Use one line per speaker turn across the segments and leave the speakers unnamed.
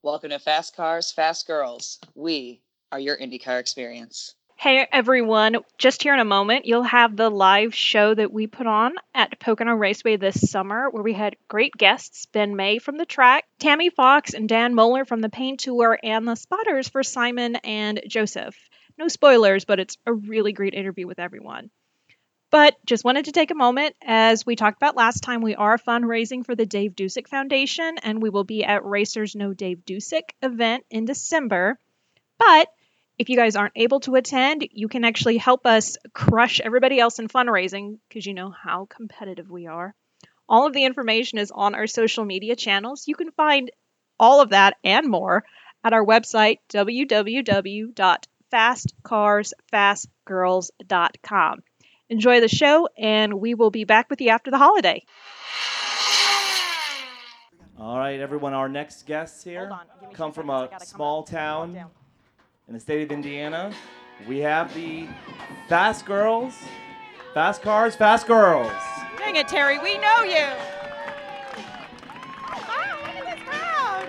Welcome to Fast Cars, Fast Girls. We are your IndyCar experience.
Hey everyone, just here in a moment, you'll have the live show that we put on at Pocono Raceway this summer, where we had great guests Ben May from the track, Tammy Fox, and Dan Moeller from the Pain Tour, and the spotters for Simon and Joseph. No spoilers, but it's a really great interview with everyone. But just wanted to take a moment. As we talked about last time, we are fundraising for the Dave Dusick Foundation, and we will be at Racers No Dave Dusick event in December. But if you guys aren't able to attend, you can actually help us crush everybody else in fundraising because you know how competitive we are. All of the information is on our social media channels. You can find all of that and more at our website, www.fastcarsfastgirls.com. Enjoy the show, and we will be back with you after the holiday.
All right, everyone. Our next guests here
Hold on, give me two
come from
seconds, I
a
gotta come
small
up.
town
Down.
in the state of Indiana. We have the Fast Girls, Fast Cars, Fast Girls.
Dang it, Terry, we know you. Wow, look at this crowd.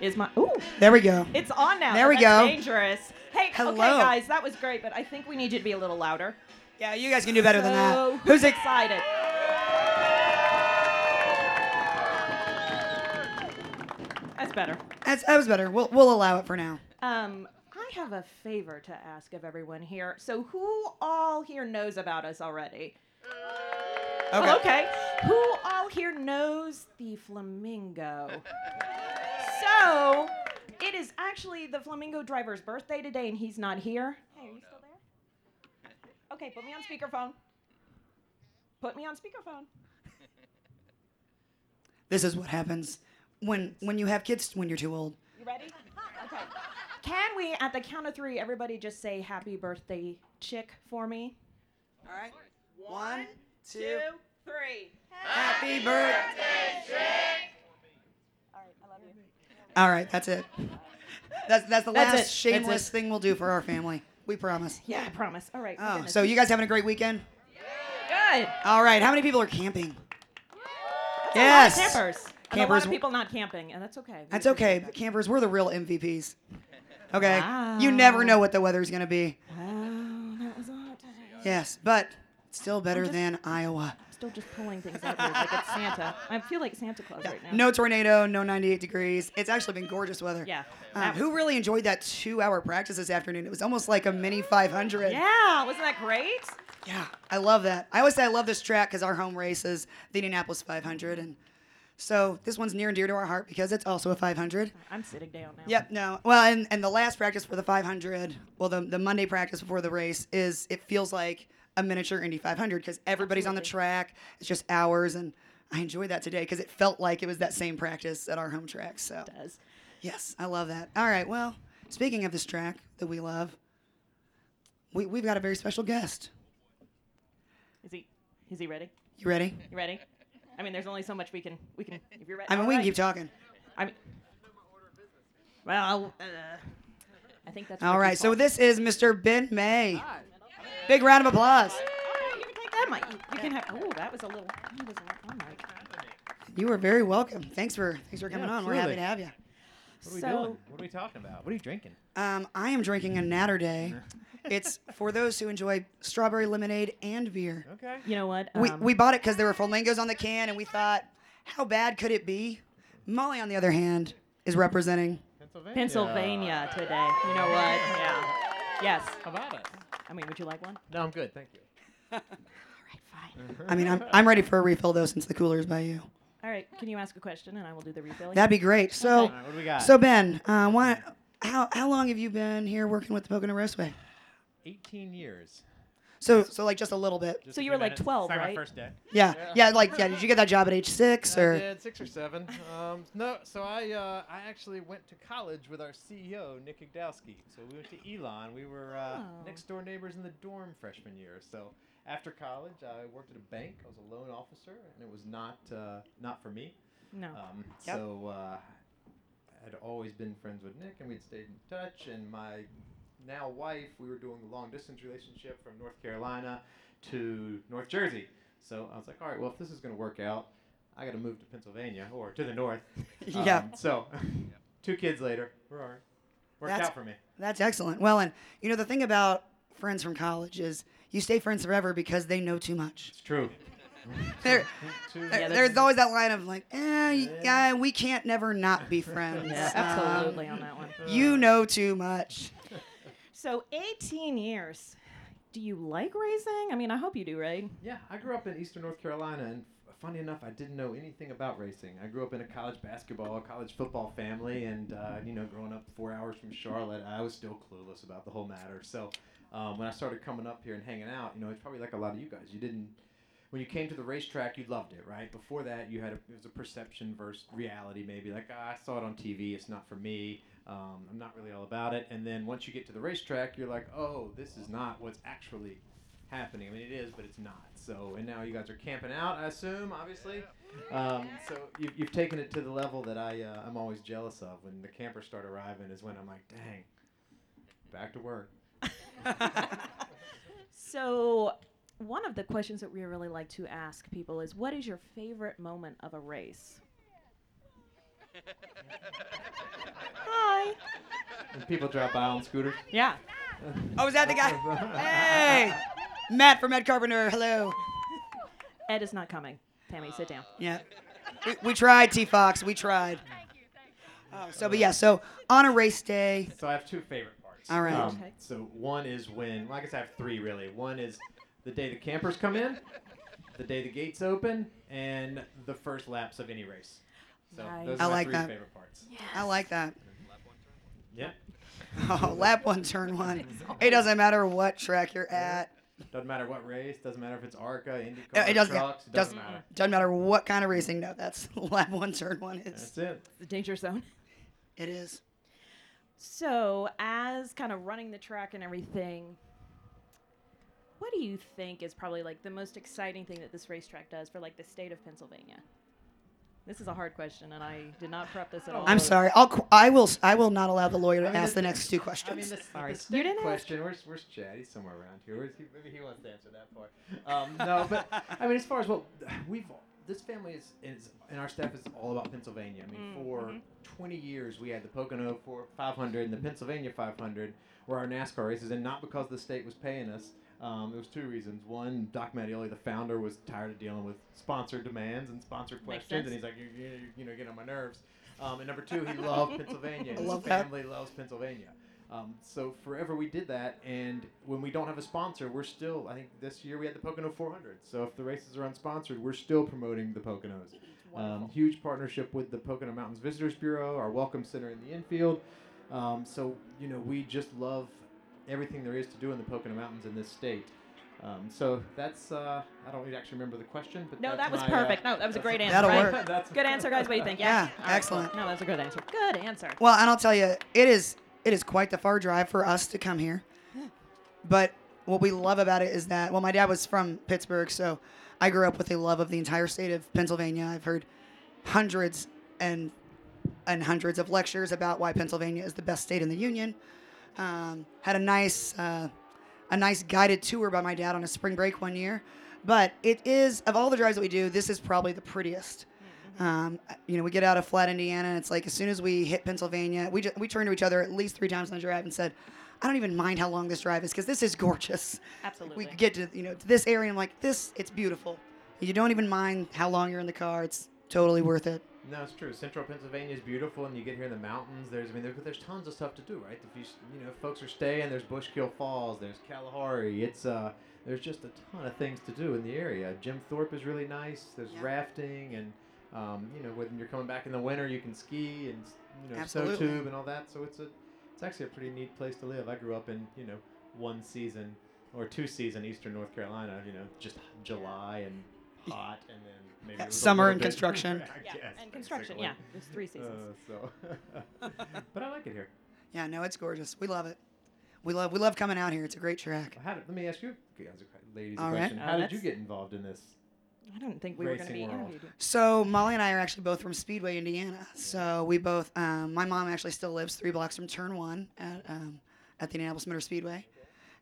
Is my ooh,
There we go.
it's on now.
There we
That's
go.
Dangerous. Hey,
Hello.
okay, guys, that was great, but I think we need you to be a little louder.
Yeah, you guys can do better than
So,
that.
Who's
Who's it?
excited? That's better.
That's, that was better. We'll, we'll allow it for now.
Um, I have a favor to ask of everyone here. So, who all here knows about us already?
Okay.
Oh, okay. Who all here knows the flamingo? so, it is actually the flamingo driver's birthday today, and he's not here. Hey, are you still there? Okay, put me on speakerphone. Put me on speakerphone.
This is what happens when when you have kids when you're too old.
You ready? Okay. Can we, at the count of three, everybody just say happy birthday, chick, for me?
All right. One,
Two, three.
Happy birthday, All right, that's it. That's that's the
That's
last
it. That's
shameless
it.
thing we'll do for our family. We promise.
Yeah, I promise. All right. my
Oh,
goodness.
so you guys having a great weekend?
good.
All right. How many people are camping?
Yes.
yes.
campers. And a lot
Campers-
of people not camping, and that's okay. We
That's
appreciate
okay. Campers, we're the real MVPs. Okay.
Wow.
You never know what the weather's gonna be.
that. Wow, Oh, that was hot.
Yes, but still better than Iowa.
Still just pulling things out here like it's Santa. I feel like Santa Claus right now.
No tornado, no 98 degrees. It's actually been gorgeous weather.
Yeah.
Um, who really enjoyed that two hour practice this afternoon? It was almost like a mini 500.
Yeah, wasn't that great?
Yeah, I love that. I always say I love this track because our home race is the Indianapolis 500. And so this one's near and dear to our heart because it's also a 500.
I'm sitting down now.
Yep, no. Well, and, and the last practice for the 500, well, the, the Monday practice before the race is it feels like a miniature Indy 500 because everybody's on the track. It's just hours. And I enjoyed that today because it felt like it was that same practice at our home track. So,
Does.
yes, I love that. All right, well, speaking of this track that we love, we, we've got a very special guest.
Is he? Is he ready?
You ready?
You ready? I mean, there's only so much we can. We can. If you're ready.
I mean,
All
we
right.
can keep talking.
I mean. Well, uh, I think that's.
All right, so
this.
this is Mr. Ben May. Big round of applause.
All right, you can take that mic. You, you can have. Oh, that was a little. That was a lot on mic.
You are very welcome. Thanks for thanks for coming on. We're happy
absolutely.
to have you.
What are we
so,
doing? What are we talking about? What are you drinking?
Um, I am drinking a Natter Day. It's for those who enjoy strawberry lemonade and beer.
Okay.
You know what?
We,
um,
we bought it because there were flamingos on the can, and we thought, how bad could it be? Molly, on the other hand, is representing.
Pennsylvania.
Pennsylvania today. You know what? Yeah. Yes.
How about it?
I mean, would you like one?
No, I'm good. Thank you.
I mean, I'm, I'm ready for a refill though, since the cooler's by you.
All right. Can you ask a question and I will do the refilling?
That'd be great. So,
All right, what do we got?
so Ben, uh, why, how how long have you been here working with the Pocono Raceway?
18 years.
So, so like just a little bit.
Just
So
a
you
few
were like
minutes.
12,
It's not
right?
my first day.
Yeah, yeah, like yeah. Did you get that job at age six
I
or?
did six or seven. Um, no, so I uh, I actually went to college with our CEO Nick Igdowski. So we went to Elon. We were uh,
Oh.
next door neighbors in the dorm freshman year. So after college, I worked at a bank. I was a loan officer, and it was not uh, not for me.
no.
Um,
Yep.
So uh, I'd always been friends with Nick, and we'd stayed in touch. And my now wife, we were doing a long distance relationship from North Carolina to North Jersey. So I was like, all right, well, if this is going to work out, I got to move to Pennsylvania or to the north.
Yeah.
Um, so two kids later, we're all right. Worked
That's-
out for me.
That's excellent. Well, and you know the thing about friends from college is you stay friends forever because they know too much.
It's true.
They're,
Too-
there- there's always that line of like, eh, yeah, we can't never not be friends.
Yeah,
Um,
absolutely on that one.
you know too much.
So 18 years. Do you like racing? I mean, I hope you do, right?
Yeah, I grew up in Eastern North Carolina, and f- funny enough, I didn't know anything about racing. I grew up in a college basketball, college football family, and uh, you know, growing up four hours from Charlotte, I was still clueless about the whole matter. So um, when I started coming up here and hanging out, you know, it's probably like a lot of you guys. You didn't. When you came to the racetrack, you loved it, right? Before that, you had a, it was a perception versus reality, maybe like ah, I saw it on TV, it's not for me. Um, I'm not really all about it. And then once you get to the racetrack, you're like, oh, this is not what's actually happening. I mean, it is, but it's not. So, and now you guys are camping out, I assume, obviously. Um, so you've, you've taken it to the level that I, uh, I'm always jealous of. When the campers start arriving is when I'm like, dang, back to work.
So, one of the questions that we really like to ask people is what is your favorite moment of a race? Hi.
And people drop by on scooters.
Yeah.
Oh, is that the guy? Hey, Matt from Ed Carpenter. Hello.
Ed is not coming. Tammy, sit down.
Yeah. We, we tried, T Fox. We tried. Oh, so, but yeah, so on a race day,
So I have two favorite parts. Um,
All right.
Okay.
So one is when, well, I guess I have three really. One is the day the campers come in, the day the gates open, and the first laps of any race. So
Nice.
those
I
are my
like
three
that.
favorite parts. Yeah.
I like that. Oh, lap one, turn one. It doesn't matter what track you're at.
Doesn't matter what race. Doesn't matter if it's ARCA,
No,
IndyCar,
it doesn't,
trucks.
doesn't,
It doesn't matter.
Doesn't matter what kind of racing. No, that's lap one, turn one is.
That's it.
The danger zone.
It is.
So, as kind of running the track and everything, what do you think is probably like the most exciting thing that this racetrack does for like the state of Pennsylvania? This is a hard question, and I did not prep this at all.
I'm sorry. I'll. qu- I will. s- I will not allow the lawyer to
I mean,
ask the
this-
next two
I mean,
questions.
the,
Sorry.
the state
You didn't ask.
question. Where's Where's Chad? He's somewhere around here. Where's he, maybe he wants to answer that part. Um, no, but I mean, as far as what we've this family is is and our staff is all about Pennsylvania. I mean,
Mm,
for
mm-hmm.
20 years we had the Pocono for 500 and the Pennsylvania 500 were our NASCAR races, and not because the state was paying us. Um, there was two reasons. One, Doc Mattioli, the founder, was tired of dealing with sponsor demands and sponsor questions, and
sense.
he's like, you, you, you know, get on my nerves. Um, and number two, he loved Pennsylvania.
I
His
love that.
family loves Pennsylvania. Um, so forever we did that, and when we don't have a sponsor, we're still. I think this year we had the Pocono 400. So if the races are unsponsored, we're still promoting the Poconos. Um, huge partnership with the Pocono Mountains Visitors Bureau, our Welcome Center in the infield. Um, so you know we just love everything there is to do in the Pocono Mountains in this state. Um, so that's uh, I don't actually remember the question, but
No,
that's
that was
my, uh,
perfect. No, that was a
that's-
great answer.
That'll
right?
work.
That's-
Good answer, guys. What do you think?
Yeah,
Yeah. All cool.
excellent.
No, that's a good answer. Good answer.
Well, and I'll tell you, it is it is quite the far drive for us to come here. But what we love about it is that well, my dad was from Pittsburgh, so I grew up with a love of the entire state of Pennsylvania. I've heard hundreds and and hundreds of lectures about why Pennsylvania is the best state in the union. Um, had a nice uh, a nice guided tour by my dad on a spring break one year. But it is of all the drives that we do, this is probably the prettiest. Um, you know, we get out of flat Indiana, and it's like as soon as we hit Pennsylvania, we ju- we turned to each other at least three times on the drive and said, "I don't even mind how long this drive is because this is gorgeous."
Absolutely.
We get to you know to this area, and I'm like, "This, it's beautiful." You don't even mind how long you're in the car; it's totally worth it.
No, it's true. Central Pennsylvania is beautiful, and you get here in the mountains. There's, I mean, there, there's tons of stuff to do, right? If you, s- you know, folks are staying. There's Bushkill Falls. There's Kalahari. It's uh, there's just a ton of things to do in the area. Jim Thorpe is really nice. There's
Yeah.
rafting, and um, you know, when you're coming back in the winter, you can ski and s- you know, snow
Absolutely.
tube and all that. So it's a, it's actually a pretty neat place to live. I grew up in, you know, one season or two season Eastern North Carolina. You know, just July and hot, and then maybe
Yeah,
it was a
summer
little
and
bit-
construction.
I
yeah.
guess,
and construction.
basically.
Yeah. There's three seasons.
Uh, so, but I like it here.
Yeah, no, it's gorgeous. We love it. We love we love coming out here. It's a great track.
How did, let me ask you guys, a que- ladies,
All
a
right.
question.
Oh,
How did you
that's-
get involved in this?
I don't think we were going to be
Racing Uh, world.
interviewed.
So Molly and I are actually both from Speedway, Indiana. So we both, um, my mom actually still lives three blocks from Turn One at um, at the Indianapolis Motor Speedway,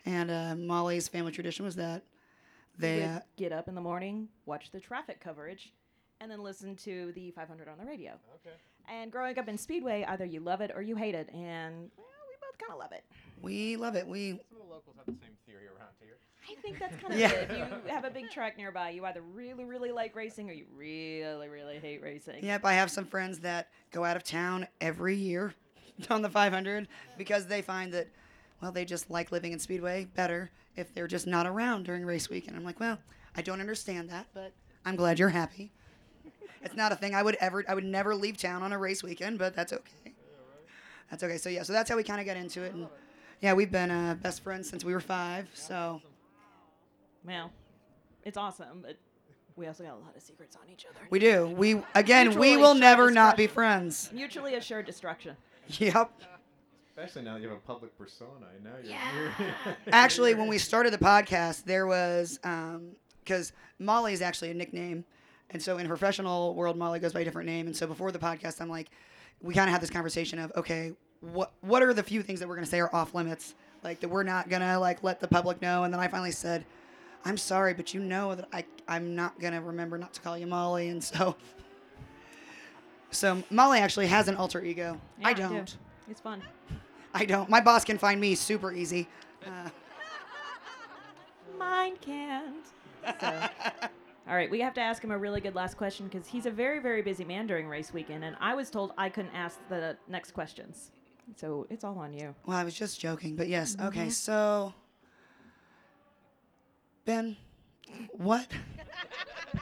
and uh, Molly's family tradition was that They
would
uh,
get up in the morning, watch the traffic coverage, and then listen to the 500 on the radio.
Okay.
And growing up in Speedway, either you love it or you hate it, and well, we both kind of love it.
we love it. We
Some of the locals have the same theory around here.
I think that's kind of
Yeah.
it. If you have a big track nearby, you either really, really like racing or you really, really hate racing.
Yep, I have some friends that go out of town every year on the 500 because they find that, well, they just like living in Speedway better if they're just not around during race week. And I'm like, well, I don't understand that, but I'm glad you're happy. it's not a thing I would ever, I would never leave town on a race weekend, but that's okay. That's okay. So yeah, so that's how we kind of got into it. And yeah, we've been uh, best friends since we were five. So
Well, it's awesome, but we also got a lot of secrets on each other.
we do. We again,
Mutually
we will
shared
never not be
discretion.
friends.
Mutually assured destruction.
Yep.
Especially now that you have a public persona. You know, you're,
actually, when we started the podcast, there was because Molly is actually a nickname, and so in her professional world, Molly goes by a different name. And so before the podcast, I'm like, we kind of had this conversation of, okay, what what are the few things that we're gonna say are off limits, like that we're not gonna like let the public know. And then I finally said. I'm sorry, but you know that I, I'm not gonna remember not to call you Molly, and so, so Molly actually has an alter ego. I
Yeah, we do.
don't.
It's fun.
I don't. My boss can find me super easy. Uh,
Mine can't. So- All right, we have to ask him a really good last question because he's a very, very busy man during race weekend, and I was told I couldn't ask the next questions. So it's all on you.
Well, I was just joking, but yes.
Mm-hmm.
Okay, so Ben, what?
you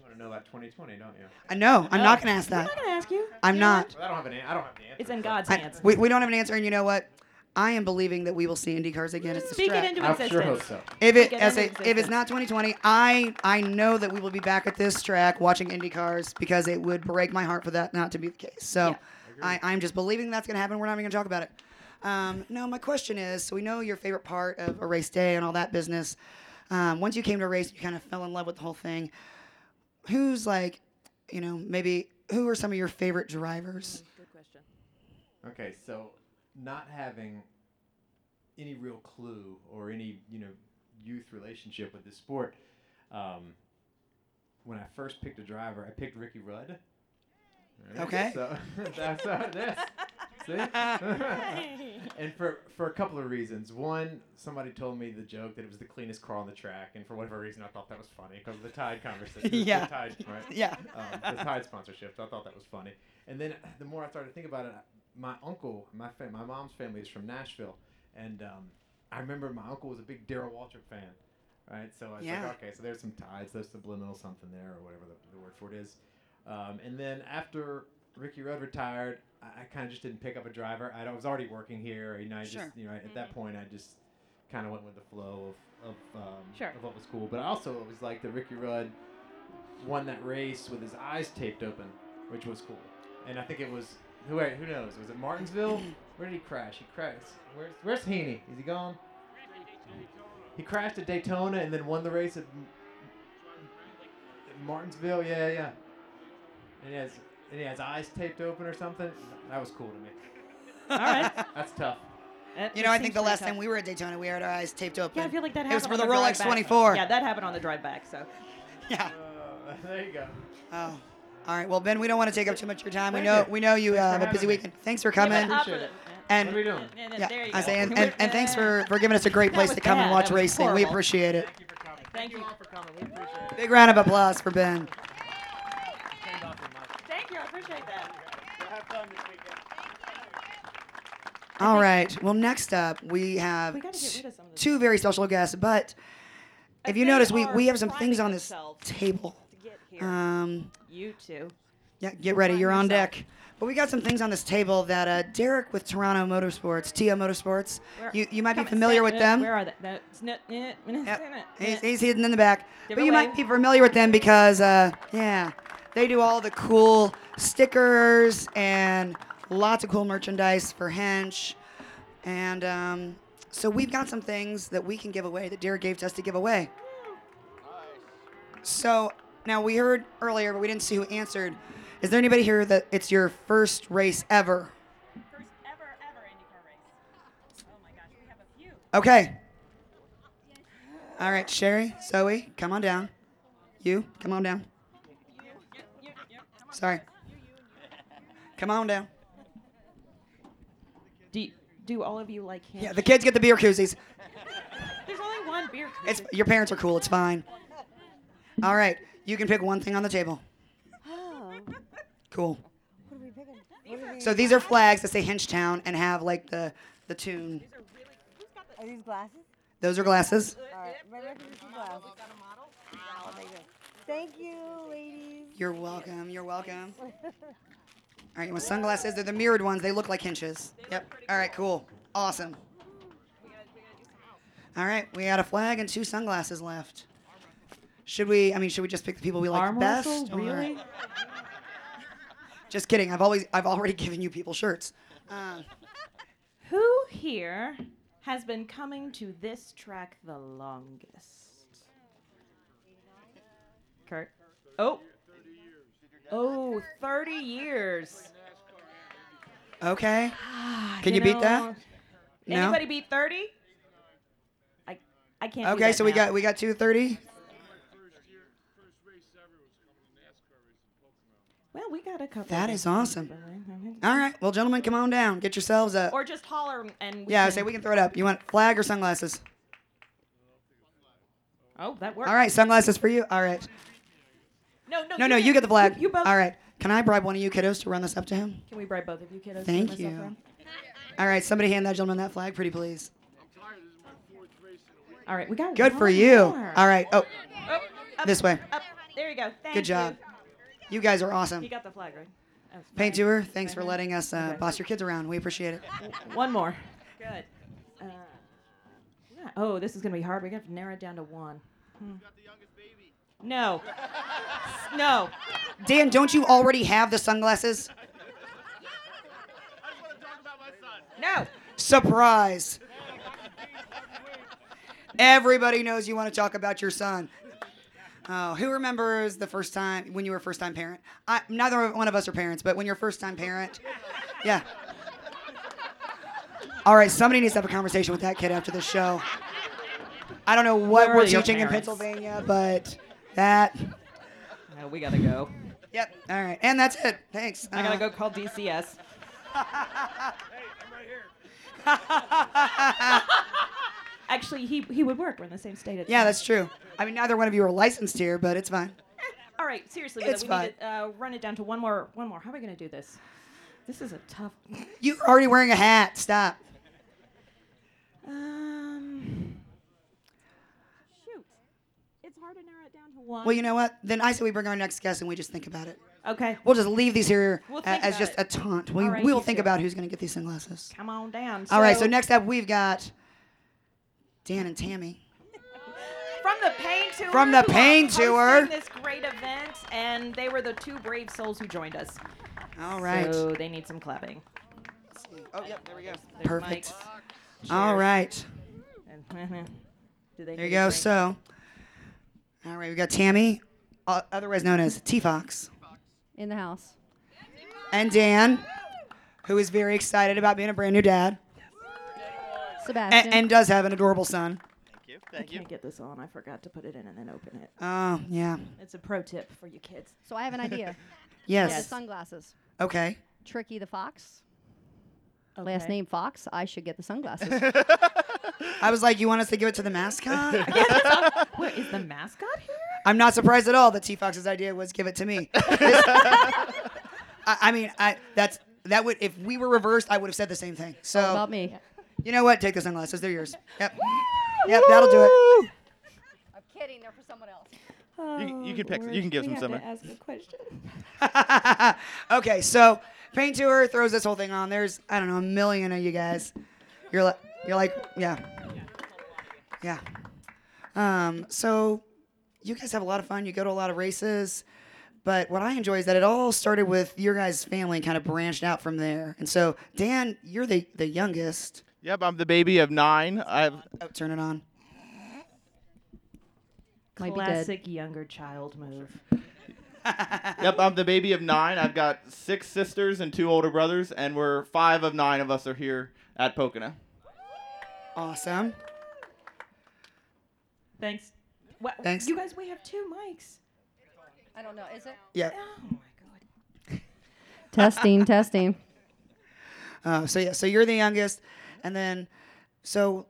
want to know about 2020, don't you?
I know. I'm not
No.
gonna ask
I'm
that.
not going to ask you.
I'm
You know
not.
what?
Well, I don't have an. an- I don't have the answer.
It's in
but
God's
I,
hands.
we, we don't have an answer, and you know what? I am believing that we will see IndyCars again at this
Speak it
track.
into
I sure hope
existence.
so.
if it
speak it
as it,
into
if
existence.
it's not 2020, I I know that we will be back at this track watching IndyCars because it would break my heart for that not to be the case. So
Yeah.
I, I'm just believing that's gonna happen. We're not even gonna talk about it. Um, no, my question is: so we know your favorite part of a race day and all that business. Um, once you came to a race, you kind of fell in love with the whole thing. Who's like, you know, maybe who are some of your favorite drivers?
Good question.
Okay, so not having any real clue or any you know youth relationship with the sport, um, when I first picked a driver, I picked Ricky Rudd. Alright,
Okay.
So that's uh, this. See? and for, for a couple of reasons. One, somebody told me the joke that it was the cleanest car on the track, and for whatever reason, I thought that was funny because of the Tide conversation.
Yeah.
The Tide, right?
Yeah.
um, the Tide sponsorship. I thought that was funny. And then the more I started to think about it, my uncle, my fam- my mom's family is from Nashville, and um, I remember my uncle was a big Daryl Waltrip fan, right? So I was
Yeah.
like, okay, so there's some Tides, there's subliminal something there, or whatever the, the word for it is. Um, and then after Ricky Rudd retired, I, I kind of just didn't pick up a driver. I, was already working here, you know. I
Sure.
just, you know, at that point, I just kind of went with the flow of of, um,
Sure.
of what was cool. But I also was like the Ricky Rudd won that race with his eyes taped open, which was cool. And I think it was who who knows? Was it Martinsville? Where did he crash? He crashed. Where's Where's Heaney? Is he gone? He crashed at Daytona and then won the race at, M- at Martinsville. Yeah, yeah. And he has and he has eyes taped open or something. That was cool to me.
All right.
That's tough.
That
You know, I
seems
think the
pretty
last
tough.
time we were at Daytona, we had our eyes taped open.
Yeah, I feel like that
It
happened.
was for
on
the
drive
Rolex
back.
24.
Yeah, that happened on the drive back. So
yeah.
Uh, there you go.
Oh. All right. Well, Ben, we don't want to take up too much of your time. We
Thank
know
you.
we know you uh,
Thanks for
have a
having
busy
me.
weekend. Thanks for
Yeah, but
coming.
Appreciate
up
it.
with it.
What are
and
we doing?
And, and
yeah,
there you
I
go.
say, and,
We're
and, and thanks
good.
for, for giving us a great place
was
to come and
bad.
watch
That was
racing. We
horrible.
appreciate it.
Thank you
Thank you.
for coming. for coming. We appreciate it.
Big round of applause for Ben.
Turned off your mic.
Thank you. I appreciate that.
uh,
So have fun this weekend.
All right. Well, next up we have
We gotta get
t-
rid of some of this
two very special guests, but if you
They
notice, we,
are
we have some
priming
things on this
themselves
table.
To get here.
Um,
you two.
yeah, get ready.
Prime
You're on
yourself.
deck. But we got some things on this table that uh, Derek with Toronto Motorsports, TO Motorsports,
Where-
you, you might be
come and
familiar
stand-
with
uh,
them.
Where are they? No, it's no- eh, eh, eh,
Yep.
eh.
He's, he's hidden in the back.
Give
but
it
you
away.
might be familiar with them because, uh, yeah, they do all the cool stickers and lots of cool merchandise for Hench. And um, so we've got some things that we can give away that Derek gave to us to give away. So now we heard earlier, but we didn't see who answered. Is there anybody here that it's your first race ever?
First ever, ever IndyCar race. Oh my gosh, we have a few.
Okay. All right, Sherry, Zoe, come on down. You, come on down. Sorry. Come on down.
Do, do all of you like him?
Yeah, the kids get the beer koozies.
There's only one beer.
It's your parents are cool. It's fine. All right, you can pick one thing on the table.
Oh,
Cool.
what are we picking? What are, we,
So these are flags that say Hinchtown and have like the the tune.
are these glasses?
Those are glasses.
All right, my record is glasses. Oh, there you go. Thank you, ladies.
You're welcome. You're welcome. All right, you want sunglasses? They're the mirrored ones. They look like hinges. Yep. All right, cool. Awesome. All right, we got a flag and two sunglasses left. Should we? I mean, should we just pick the people we like
Arm
best?
wrestle?
or-
Really?
Just kidding. I've always, I've already given you people shirts. Uh,
Who here has been coming to this track the longest? Kurt. Oh. Oh, 30 years.
okay.
Ah,
Can you beat that?
know,
No?
Anybody beat 30? I I can't. do
Okay,
that
so we
now.
got we got two thirty.
Well, we got a couple.
That
of
is
them.
awesome. All right, well, gentlemen, come on down. Get yourselves up.
Or just holler and we
yeah, I
can,
say we can throw it up. You want flag or sunglasses?
Oh, that worked.
All right, sunglasses for you. All right.
No, no,
No, no, you get the flag.
You, you both.
All right. Can I bribe one of you kiddos to run this up to him?
Can we bribe both of you kiddos? to
Thank
turn myself
you.
around?
All right, somebody hand that gentleman that flag, pretty please.
All right, we got.
Good for you. All right. Oh,
up,
this way.
Up. There you go. Thank
Good job. You guys are awesome.
You. you got the flag right. That was
Paint
fine.
Tour, thanks for
Mhm.
letting us uh,
Okay.
boss your kids around. We appreciate it.
One more. Good. Uh, yeah. Oh, this is gonna be hard. We have to narrow it down to one. Hmm. No. S- no.
Dan, don't you already have the sunglasses?
No.
Surprise. Everybody knows you want to talk about your son. Oh, who remembers the first time when you were a first time parent? I, neither one of us are parents, but when you're a first time parent, yeah. All right, somebody needs to have a conversation with that kid after the show. I don't know what
Where are
we're
your
teaching in
parents?
Pennsylvania, but that.
No, we gotta go.
Yep. All right, and that's it. Thanks.
I gotta
Uh,
go call DCS. Actually, he he would work. We're in the same state. At the
Yeah,
time.
that's true. I mean, neither one of you are licensed here, but it's fine.
All right, seriously, though,
It's
we need to uh, run it down to one more. One more. How are we gonna do this? This is a tough.
You're already wearing a hat. Stop.
Um. Shoot, it's hard to narrow it down to one.
Well, you know what? Then I say we bring our next guest and we just think about it.
okay,
We'll just leave these here
We'll
a-
think
as
about
just
it.
a taunt. We,
All right,
we will
you
think
two.
about who's going to get these sunglasses.
come on down.
All right, so next up, we've got Dan and Tammy.
from the pain tour.
From the
who are
Pain
hosting
Tour.
This great event, and they were the two brave souls who joined us.
All right.
So they need some clapping.
oh, yep, there we go.
There's
Perfect.
mics
All right.
and- do they
There you
need
go.
a drink?
So, all right, we've got Tammy, o- otherwise known as T Fox,
In the house.
and Dan, who is very excited about being a brand new dad a-
Sebastian.
and, does have an adorable son.
I can't get this on. I forgot to put it in and then open it.
Oh, yeah.
It's a pro tip for you kids.
so I have an idea.
Yes.
The sunglasses.
Okay.
Tricky the Fox. Last
Okay.
name Fox. I should get the sunglasses.
I was like, you want us to give it to the mascot?
Wait, is the mascot here?
I'm not surprised at all that T Fox's idea was give it to me. This- I, I mean, I that's that would if we were reversed, I would have said the same thing. So
About me.
you know what? Take the sunglasses. They're yours. Yep. yep. That'll do it.
I'm kidding. They're for someone else.
You, you can
Oh,
pick. You can give them something.
ask a question.
okay. So Paint Tour throws this whole thing on. There's I don't know a million of you guys. You're like you're like yeah, yeah. Um. So you guys have a lot of fun. You go to a lot of races. But what I enjoy is that it all started with your guys' family and kind of branched out from there. And so, Dan, you're the, the youngest.
Yep, I'm the baby of nine. I've
Oh, turn it on.
Might be dead.
Classic younger child move.
yep, I'm the baby of nine. I've got six sisters and two older brothers, and we're five of nine of us are here at Pocono.
Awesome.
Thanks. Well,
Thanks.
You guys, we have two mics.
I don't know. Is it?
Yeah.
Oh my god.
Testing, testing.
Uh, so yeah, so you're the youngest, and then, so,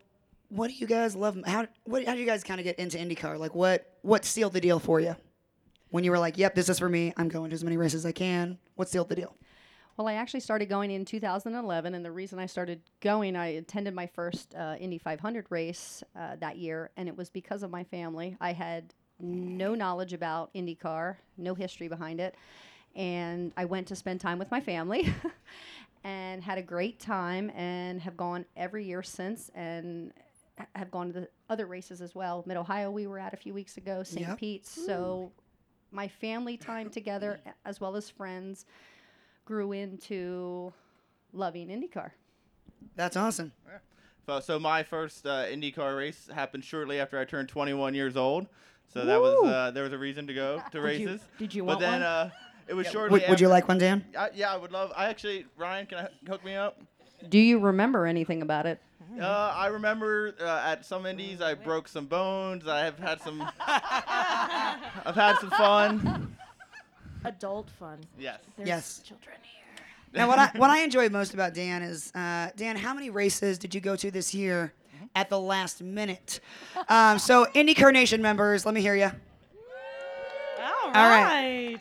what do you guys love? How what, how do you guys kind of get into IndyCar? Like what what sealed the deal for you? When you were like, "Yep, this is for me. I'm going to as many races as I can." What sealed the deal?
Well, I actually started going in 2011, and the reason I started going, I attended my first uh, Indy 500 race uh, that year, and it was because of my family. I had no knowledge about IndyCar, no history behind it, and I went to spend time with my family. And had a great time, and have gone every year since, and ha- have gone to the other races as well. Mid Ohio, we were at a few weeks ago, St.
Yep.
Pete's. So, my family time together, a- as well as friends, grew into loving IndyCar.
That's awesome.
So, so my first uh, IndyCar race happened shortly after I turned 21 years old. So that was uh, there was a reason to go to
Did you-
races.
did you
but
want
then,
one?
Uh, it was shortly.
Would, would
after-
you like one, Dan?
I, yeah, I would love. I actually, Ryan, can I hook me up?
Do you remember anything about it?
Uh, I remember uh, at some indies I broke some bones. I have had some. I've had some fun.
Adult fun.
Yes.
There's
Yes.
Children here.
Now, what I what I enjoy most about Dan is uh, Dan. How many races did you go to this year? At the last minute. Um, so, IndyCar Nation members, let me hear you.
All
right.
right.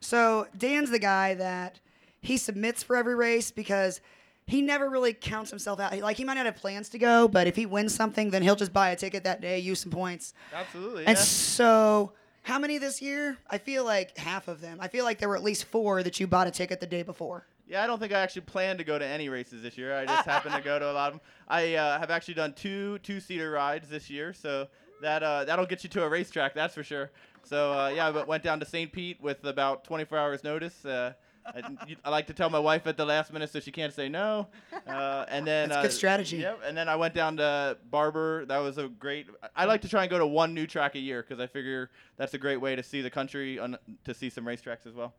So Dan's the guy that he submits for every race because he never really counts himself out. He- Like he might not have plans to go, but if he wins something, then he'll just buy a ticket that day, use some points.
Absolutely.
And
yeah.
so, how many this year? I feel like half of them. I feel like there were at least four that you bought a ticket the day before.
Yeah, I don't think I actually planned to go to any races this year. I just happened to go to a lot of them. I uh, have actually done two two-seater rides this year, so that uh, that'll get you to a racetrack, that's for sure. So uh, yeah, I w- went down to St. Pete with about 24 hours notice. Uh, I, I like to tell my wife at the last minute so she can't say no. Uh, and then
That's good
uh,
strategy.
Yep. And then I went down to Barber. That was a great. I- I like to try and go to one new track a year because I figure that's a great way to see the country on to see some racetracks as well.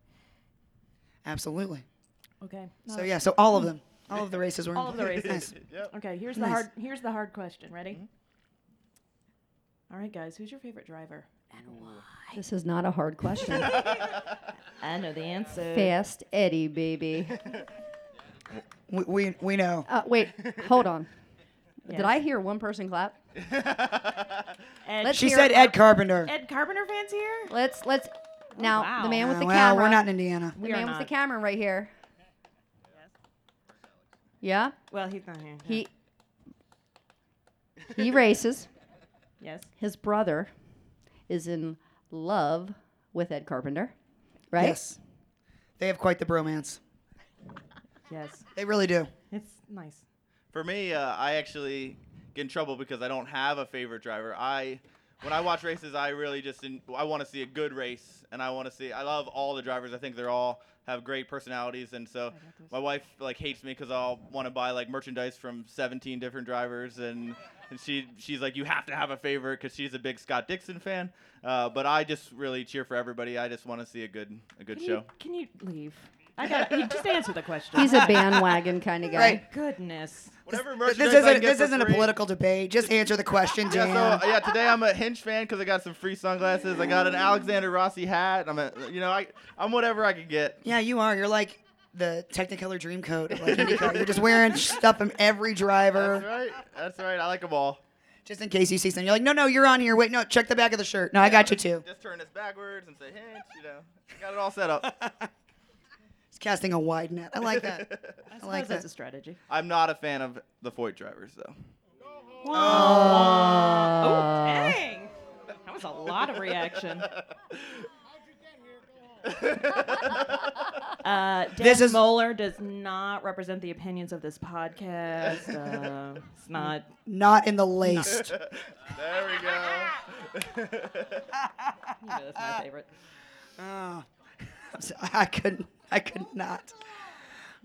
Absolutely.
Okay.
So yeah, so all of them, all of the races were
All of the
included.
races.
Nice.
Yep.
Okay, here's the
Nice.
hard here's the hard question. Ready?
Mm-hmm.
All right, guys, who's your favorite driver?
This is not a hard question.
I know the answer.
Fast Eddie, baby.
We, we we know.
Uh, wait, hold on.
Yes.
Did I hear one person clap?
Ed,
Let's
She
hear
said
it.
Ed Carpenter.
Ed Carpenter fans here?
Let's let's. Now the
Oh, wow.
man with
Uh,
the
well,
camera.
we're not in Indiana.
the
We are
man with the
not.
camera right here. Yeah,
Well, he's not here.
he he races.
yes.
His brother is in love with Ed Carpenter, right?
Yes. They have quite the bromance.
Yes.
They really do.
It's nice.
For me, uh, I actually get in trouble because I don't have a favorite driver. I, when I watch races, I really just in, I want to see a good race, and I want to see. I love all the drivers. I think they're all have great personalities, and so my wife like hates me because I'll want to buy like merchandise from 17 different drivers, and and she she's like, you have to have a favorite because she's a big Scott Dixon fan. Uh, but I just really cheer for everybody. I just want to see a good a good
Can
show.
you, can you leave? I got to just answer the question.
He's a bandwagon kind of guy.
Right.
goodness.
Whatever
This
merchandise I can
isn't,
get
this
for
isn't a
free-
political debate. Just answer the question, Dan.
Yeah, so uh, yeah, today I'm a Hinge fan because I got some free sunglasses. I got an Alexander Rossi hat. I'm a, you know, I, I'm whatever I can get.
Yeah, you are. You're like the Technicolor Dreamcoat of like IndyCar. You're just wearing stuff from every
That's
driver,
right. That's right. I like them all.
just in case you see something. You're like, no, no, you're on here. Wait, no, check the back of the shirt. No, I got you too.
Just turn this backwards and say Hinge. You know, got it all set up.
It's casting a wide net. I like that. I like
that's a
that.
strategy.
I'm not a fan of the Foyt drivers though.
Uh,
oh, dang. That was a lot of reaction. Uh, Dan
This is-
Moeller does not represent the opinions of this podcast. Uh, it's not.
Not in the least.
There we go.
You know, that's my favorite.
I'm Ah. so- I couldn't. I could not.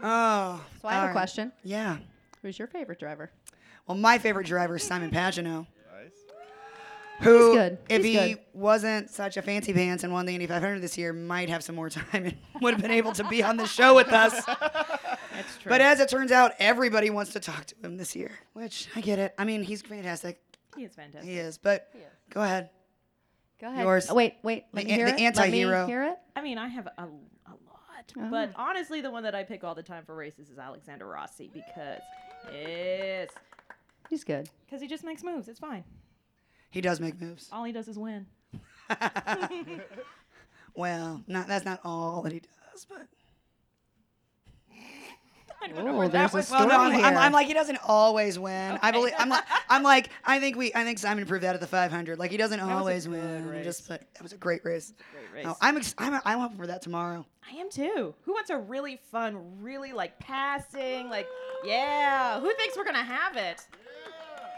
Oh.
So I have
all
a
right.
question.
Yeah.
Who's your favorite driver?
Well, my favorite driver is Simon Pagino.
Nice.
Who,
He's good.
if
He's
he
good.
wasn't such a fancy pants and won the Indy 500 this year, might have some more time and would have been able to be on the show with us.
That's true.
But as it turns out, everybody wants to talk to him this year, which I get it. I mean, he's fantastic.
He is fantastic.
He is. But go ahead.
Go ahead.
Yours.
Oh, wait, wait. Let
The
me
an-
hear
the
it. Let me
anti-hero.
hear it.
I mean, I have a, a lot,
Oh.
but honestly, the one that I pick all the time for races is Alexander Rossi because yes,
He's good.
because he just makes moves. It's fine.
He does make moves.
All he does is win.
Well, not that's not all that he does, but
Oh, there's a
well,
story
no, I'm,
here.
I'm, I'm like he doesn't always win. I believe I'm like I'm like I think we I think Simon proved that at the 500. Like he doesn't always win.
race.
Just but it was a great race.
Great race.
No, I'm ex- I'm I'm hoping for that tomorrow.
I am too. Who wants a really fun, really like passing, like yeah? Who thinks we're gonna have it?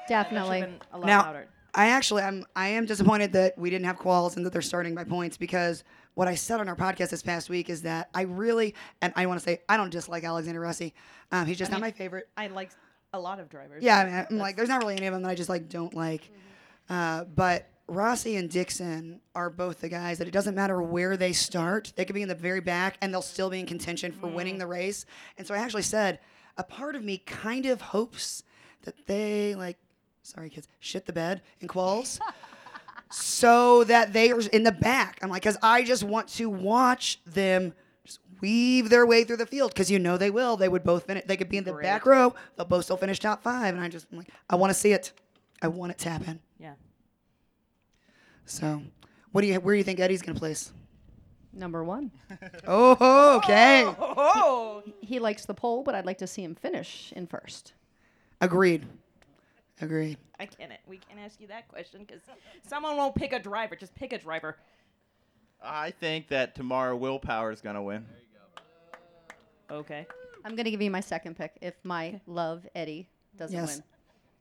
Definitely.
Should've been a lot
Now-
louder.
I actually I'm I am disappointed that we didn't have quals and that they're starting by points because what I said on our podcast this past week is that I really and I want to say I don't dislike Alexander Rossi. Um, he's just not my favorite.
I like a lot of drivers.
Yeah, I mean, I'm like, there's not really any of them that I just like don't like. Uh, but Rossi and Dixon are both the guys that it doesn't matter where they start, they could be in the very back and they'll still be in contention for winning the race. And so I actually said, a part of me kind of hopes that they like, sorry kids, shit the bed in quals. So that they are in the back. I'm like, because I just want to watch them just weave their way through the field because you know they will. They would both finish. They could be in the back row. They'll both still finish top five. And I just, I'm like, I want to see it. I want it to happen.
Yeah.
So, what do you? Where do you think Eddie's gonna place?
Number one.
Oh, okay.
Oh,
He likes the pole, but I'd like to see him finish in first.
Agreed. Agreed.
I can't. We can't ask you that question because someone won't pick a driver. Just pick a driver.
I think that tomorrow willpower is gonna win.
Okay.
I'm going to give you my second pick if my love Eddie doesn't
Yes.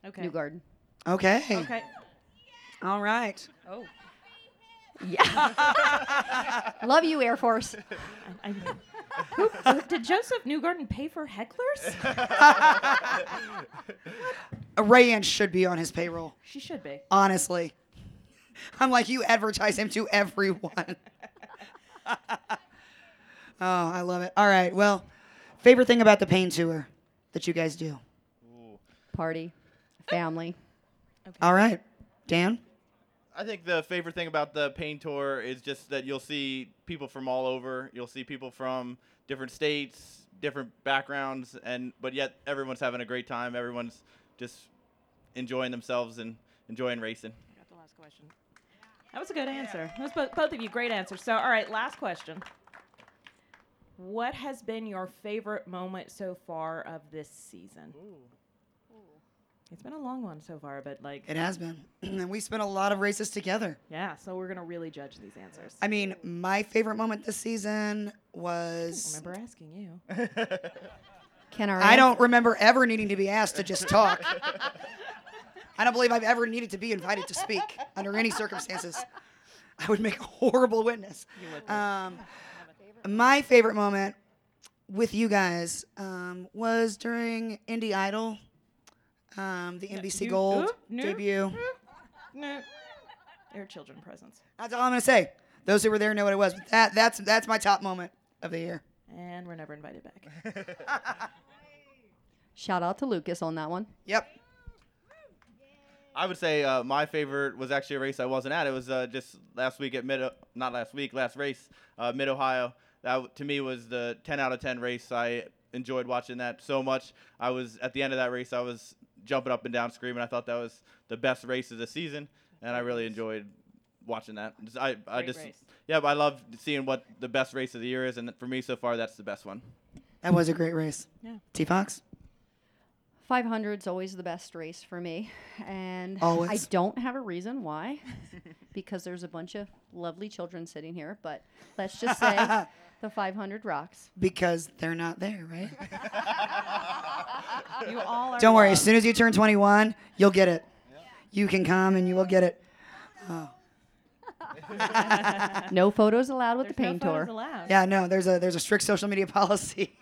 win.
Okay.
New Garden.
Okay.
Okay.
All right.
Oh.
Love you, Air Force.
I, I- who, who- did Joseph Newgarden pay for hecklers?
Uh, Ray Ann should be on his payroll.
She should be.
Honestly, I'm like you advertise him to everyone. oh, I love it. All right. Well, favorite thing about the pain tour that you guys do.
Party. Family.
All right, Dan.
I think the favorite thing about the pain tour is just that you'll see people from all over. You'll see people from different states, different backgrounds, and but yet everyone's having a great time. Everyone's just enjoying themselves and enjoying racing.
I got the last question. That was a good answer. That was both, both of you great answers. So, all right, last question. What has been your favorite moment so far of this season? It's been a long one so far, but like,
It has been, and we spent a lot of races together.
yeah. So we're gonna really judge these answers.
I mean, my favorite moment this season was
remember asking you.
Can our
I
an-
don't remember ever needing to be asked to just talk. I don't believe I've ever needed to be invited to speak under any circumstances. I would make a horrible witness. Um, my favorite moment with you guys um, was during Indie Idol, um, the NBC
you-
Gold
oop, nope,
debut.
No, there are children presents,
That's all I'm gonna say. Those who were there know what it was. But that that's that's my top moment of the year.
and we're never invited back.
shout out to Lucas on that one?
Yep.
I would say uh, my favorite was actually a race I wasn't at. It was uh, just last week at mid, not last week, last race, uh, mid Ohio. That w- to me was the 10 out of 10 race. I enjoyed watching that so much. I was at the end of that race, I was jumping up and down, screaming. I thought that was the best race of the season, and I really enjoyed watching that. Just- I, I
Great
just,
race.
yeah, but I love seeing what the best race of the year is, and for me so far, that's the best one.
That was a great race.
Yeah.
T Fox.
500's always the best race for me. And I
Always.
don't have a reason why, because there's a bunch of lovely children sitting here. But let's just say the 500 rocks.
Because they're not there, right?
You all are.
Don't worry. As soon as you turn 21, you'll get it. You can come and you will get it.
No photos allowed with
There's
the
no
pain
photos
tour.
allowed.
Yeah. No. There's a there's a strict social media policy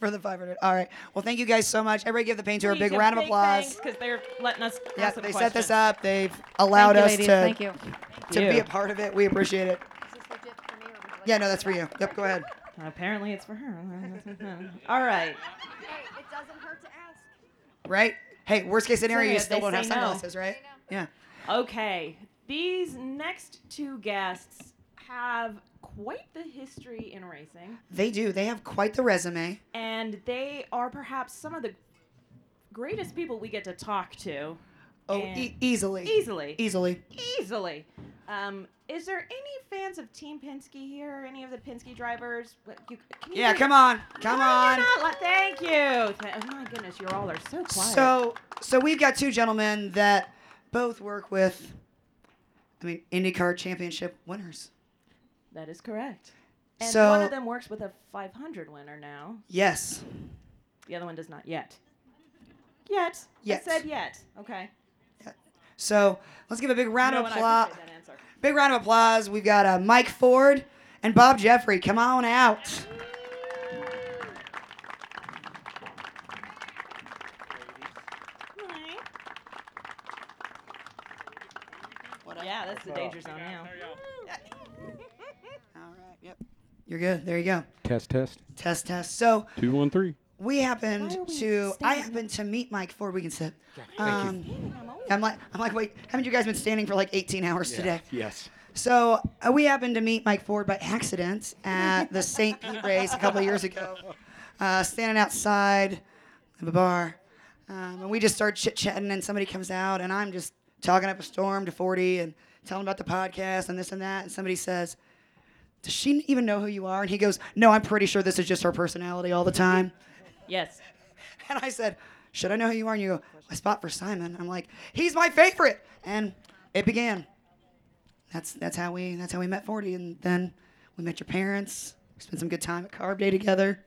for the 500. All right. Well, thank you guys so much. Everybody, give the painter a big round of applause.
because they're letting us.
Yeah,
ask the
they set this
question.
up. They've
Thank
allowed
you,
us
ladies.
to
Thank you.
to
you.
be a part of it. We appreciate it. Yeah. No, that's for you. Yep. Go ahead.
Apparently, it's for her. All right.
Hey, it doesn't hurt to ask.
Right. Hey, worst case scenario, you
Scenario,
still
they
won't have
say no.
sunglasses, right? Yeah.
Okay, these next two guests have quite the history in racing,
They do. They have quite the resume.
and they are perhaps some of the greatest people we get to talk to
Oh,
And-
e- easily.
easily.
Easily.
easily. Um, is there any fans of Team Penske here? Any of the Penske drivers? What- You, can you
Yeah,
do-
come on. Come
No,
on.
you're not li- thank you. Th- oh my goodness, you all are so quiet.
So, so we've got two gentlemen that both work with, I mean, IndyCar championship winners.
that is correct. And
So-
one of them works with a 500 winner now.
Yes.
The other one does not yet. Yet.
Yet.
I said yet. Okay.
So let's give a big round
You know
of
what, I
applause.
appreciate that answer.
Big round of applause. We've got uh, Mike Ford and Bob Jeffrey. Come on out.
Yeah, that's the danger zone now.
All right. Yep. You're good. There you go.
Test, test.
Test, test. So
Two, one, three.
we happened
Why are we
to. I
standing?
happened to meet Mike Ford. We can sit. Um,
thank you.
I'm like, I'm like, wait, haven't you guys been standing for like 18 hours today?
Yes.
So uh, we happened to meet Mike Ford by accident at the St. Pete race a couple of years ago, uh, standing outside of a bar, um, and we just start chit chatting, and somebody comes out, and I'm just talking up a storm to 40 and telling about the podcast and this and that, and somebody says. Does she even know who you are? And he goes, No, I'm pretty sure this is just her personality all the time.
Yes.
And I said, Should I know who you are? And you go, I spot for Simon. I'm like, He's my favorite. And it began. That's that's how we that's how we met 40. And then we met your parents. We spent some good time at Carb Day together.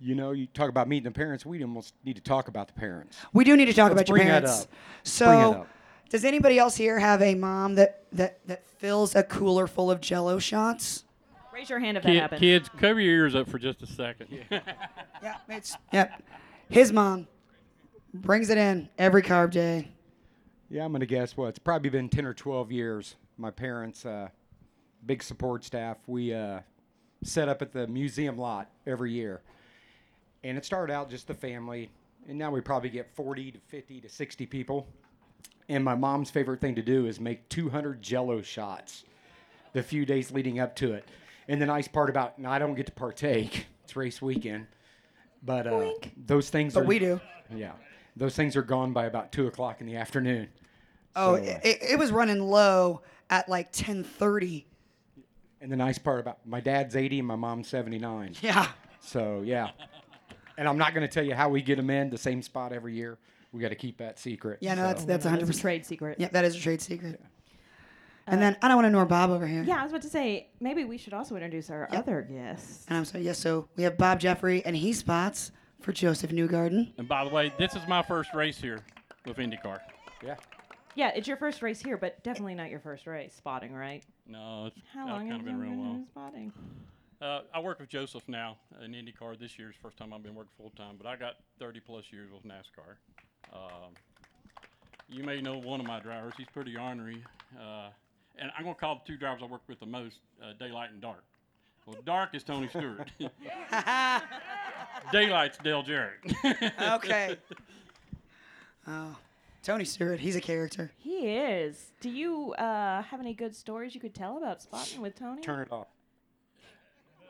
You know, you talk about meeting the parents. We almost need to talk about the parents.
We do need to talk
Let's
about your
bring that
parents.
up. Let's
So
bring it up.
does anybody else here have a mom that that that fills a cooler full of jello shots?
Raise your hand if that
Kid-
happens.
kids, cover your ears up for just a second.
Yeah, it's Yep. His mom brings it in every carb day.
Yeah, I'm going to guess what? It's probably been 10 or 12 years. My parents, uh, big support staff, we uh, set up at the museum lot every year. And it started out just the family. And now we probably get 40 to 50 to 60 people. And my mom's favorite thing to do is make 200 jello shots the few days leading up to it. And the nice part about, and I don't get to partake, it's race weekend. But uh, those things
But
are.
we do.
Yeah. Those things are gone by about 2 o'clock in the afternoon.
Oh,
So, uh,
it, it, it was running low at like 10:30.
And the nice part about my dad's 80 and my mom's 79.
Yeah.
So, yeah. And I'm not going to tell you how we get them in the same spot every year. We got to keep that secret.
Yeah, no,
so.
that's that's
No,
100.
that's a
percent
trade secret.
Yeah, that is a trade secret. And then I don't want to ignore Bob over here.
Yeah, I was about to say maybe we should also introduce our other guests.
And I'm sorry. Yes. so we have Bob Jeffrey, and he spots for Joseph Newgarden.
and by the way, this is my first race here with IndyCar.
yeah.
Yeah, it's your first race here, but definitely not your first race spotting, right?
No, it's
How
I've
long
kind
have
of
you
been
been
real long.
doing spotting?
Uh, I work with Joseph now in IndyCar. This year's first time I've been working full time, but I got 30 plus years with NASCAR. Um, you may know one of my drivers. He's pretty ornery, uh, and I'm gonna call the two drivers I work with the most uh, Daylight and Dark. Well, Dark is Tony Stewart. Daylight's Dale Jarrett.
Okay. oh, Tony Stewart. He's a character.
He is. Do you uh, have any good stories you could tell about spotting with Tony?
Turn it off.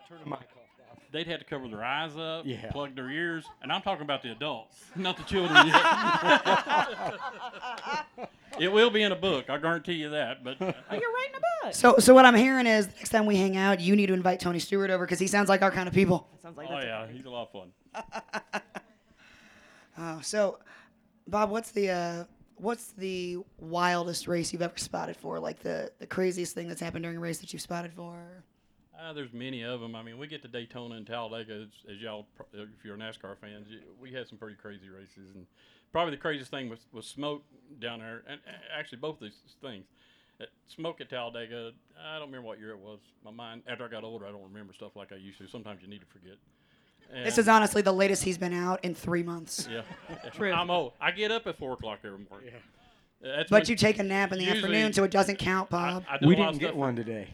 Turn the mic off.
They'd had to cover their eyes up,
Yeah.
plug their ears, and I'm talking about the adults, not the children yet. it will be in a book, I guarantee you that. But uh,
Oh, you're writing a book.
So, so what I'm hearing is next time we hang out, you need to invite Tony Stewart over because he sounds like our kind of people.
Sounds like
oh
that's
yeah, he's a lot of fun.
Oh, so, Bob, what's the uh, what's the wildest race you've ever spotted for? Like the the craziest thing that's happened during a race that you've spotted for?
Uh, there's many of them. I mean, we get to Daytona and Talladega, as, as y'all, pr- if you're NASCAR fans, y- we had some pretty crazy races. And probably the craziest thing was, was smoke down there, and uh, actually both these things. At smoke at Talladega, I don't remember what year it was. My mind, after I got older, I don't remember stuff like I used to. Sometimes you need to forget.
This
And-
is honestly the latest he's been out in three months.
Yeah, true. I'm old. I get up at four o'clock every morning. Yeah, that's
But
when
you take a nap in the
Usually-
afternoon, so it doesn't count,
I,
Bob.
I do
We
a lot
didn't
of stuff
get
for-
one today.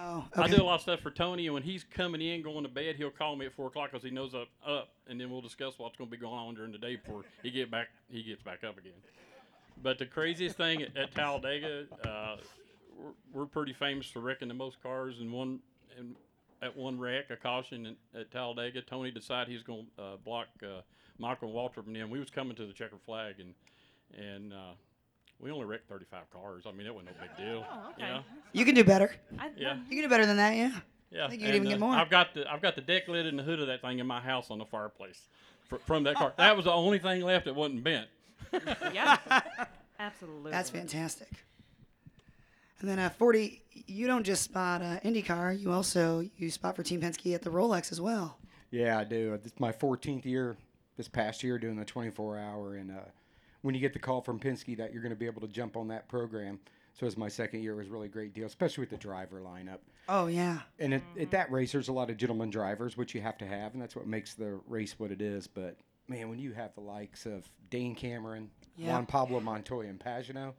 oh,
I
okay.
do a lot of stuff for Tony, and when he's coming in, going to bed, he'll call me at four o'clock because he knows I'm up, and then we'll discuss what's going to be going on during the day before he get back. He gets back up again. But the craziest thing at, at Talladega, uh, we're, we're pretty famous for wrecking the most cars. And one, and at one wreck, a caution in, at Talladega, Tony decided he was going to uh, block uh, Michael Waltrip and then we was coming to the checker flag, and and uh, we only wrecked 35 cars. I mean, it wasn't no big deal.
Oh,
You know?
You can do better.
Yeah.
You can do better than that, yeah.
Yeah,
I think you can even
and,
get
uh,
more.
I've got the I've got the deck lid and the hood of that thing in my house on the fireplace fr- from that car. that was the only thing left that wasn't bent.
yeah. Absolutely.
That's fantastic. And then uh, 40, you don't just spot uh, IndyCar, you also you spot for Team Penske at the Rolex as well.
Yeah, I do. It's my 14th year this past year doing the 24 hour. And uh, when you get the call from Penske that you're going to be able to jump on that program. So, as my second year, it was a really great deal, especially with the driver lineup.
Oh, yeah.
And at,
Mm-hmm.
at that race, there's a lot of gentleman drivers, which you have to have, and that's what makes the race what it is. But man, when you have the likes of Dane Cameron,
Yeah.
Juan Pablo Montoya, and Pagano,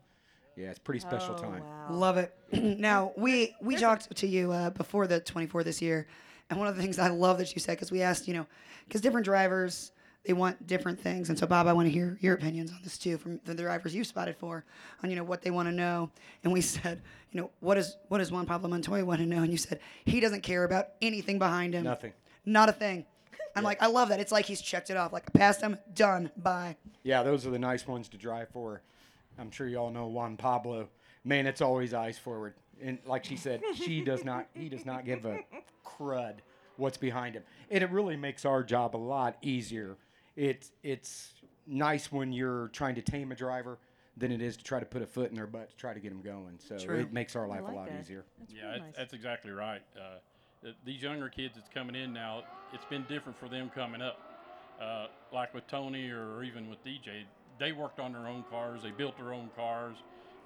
yeah, it's a pretty special
Oh,
time.
Love it. now we we talked to you uh, before the 24 this year, and one of the things I love that you said because we asked you know because different drivers they want different things, and so Bob, I want to hear your opinions on this too from the drivers you spotted for on you know what they want to know, and we said you know what is what does Juan Pablo Montoya want to know, and you said he doesn't care about anything behind him,
Nothing.
not a thing. I'm like I love that. It's like he's checked it off. Like I passed him, done, bye.
Yeah, those are the nice ones to drive for. I'm sure you all know Juan Pablo. Man, it's always eyes forward. And like she said, she does not he does not give a crud what's behind him. And it really makes our job a lot easier. It's it's nice when you're trying to tame a driver than it is to try to put a foot in their butt to try to get them going. So
True.
it makes our life
like
a lot
that.
easier.
yeah, that's- that's exactly right. Uh, th- these younger kids that's coming in now, it's been different for them coming up. Uh, like with Tony or even with DJ, they worked on their own cars, they built their own cars.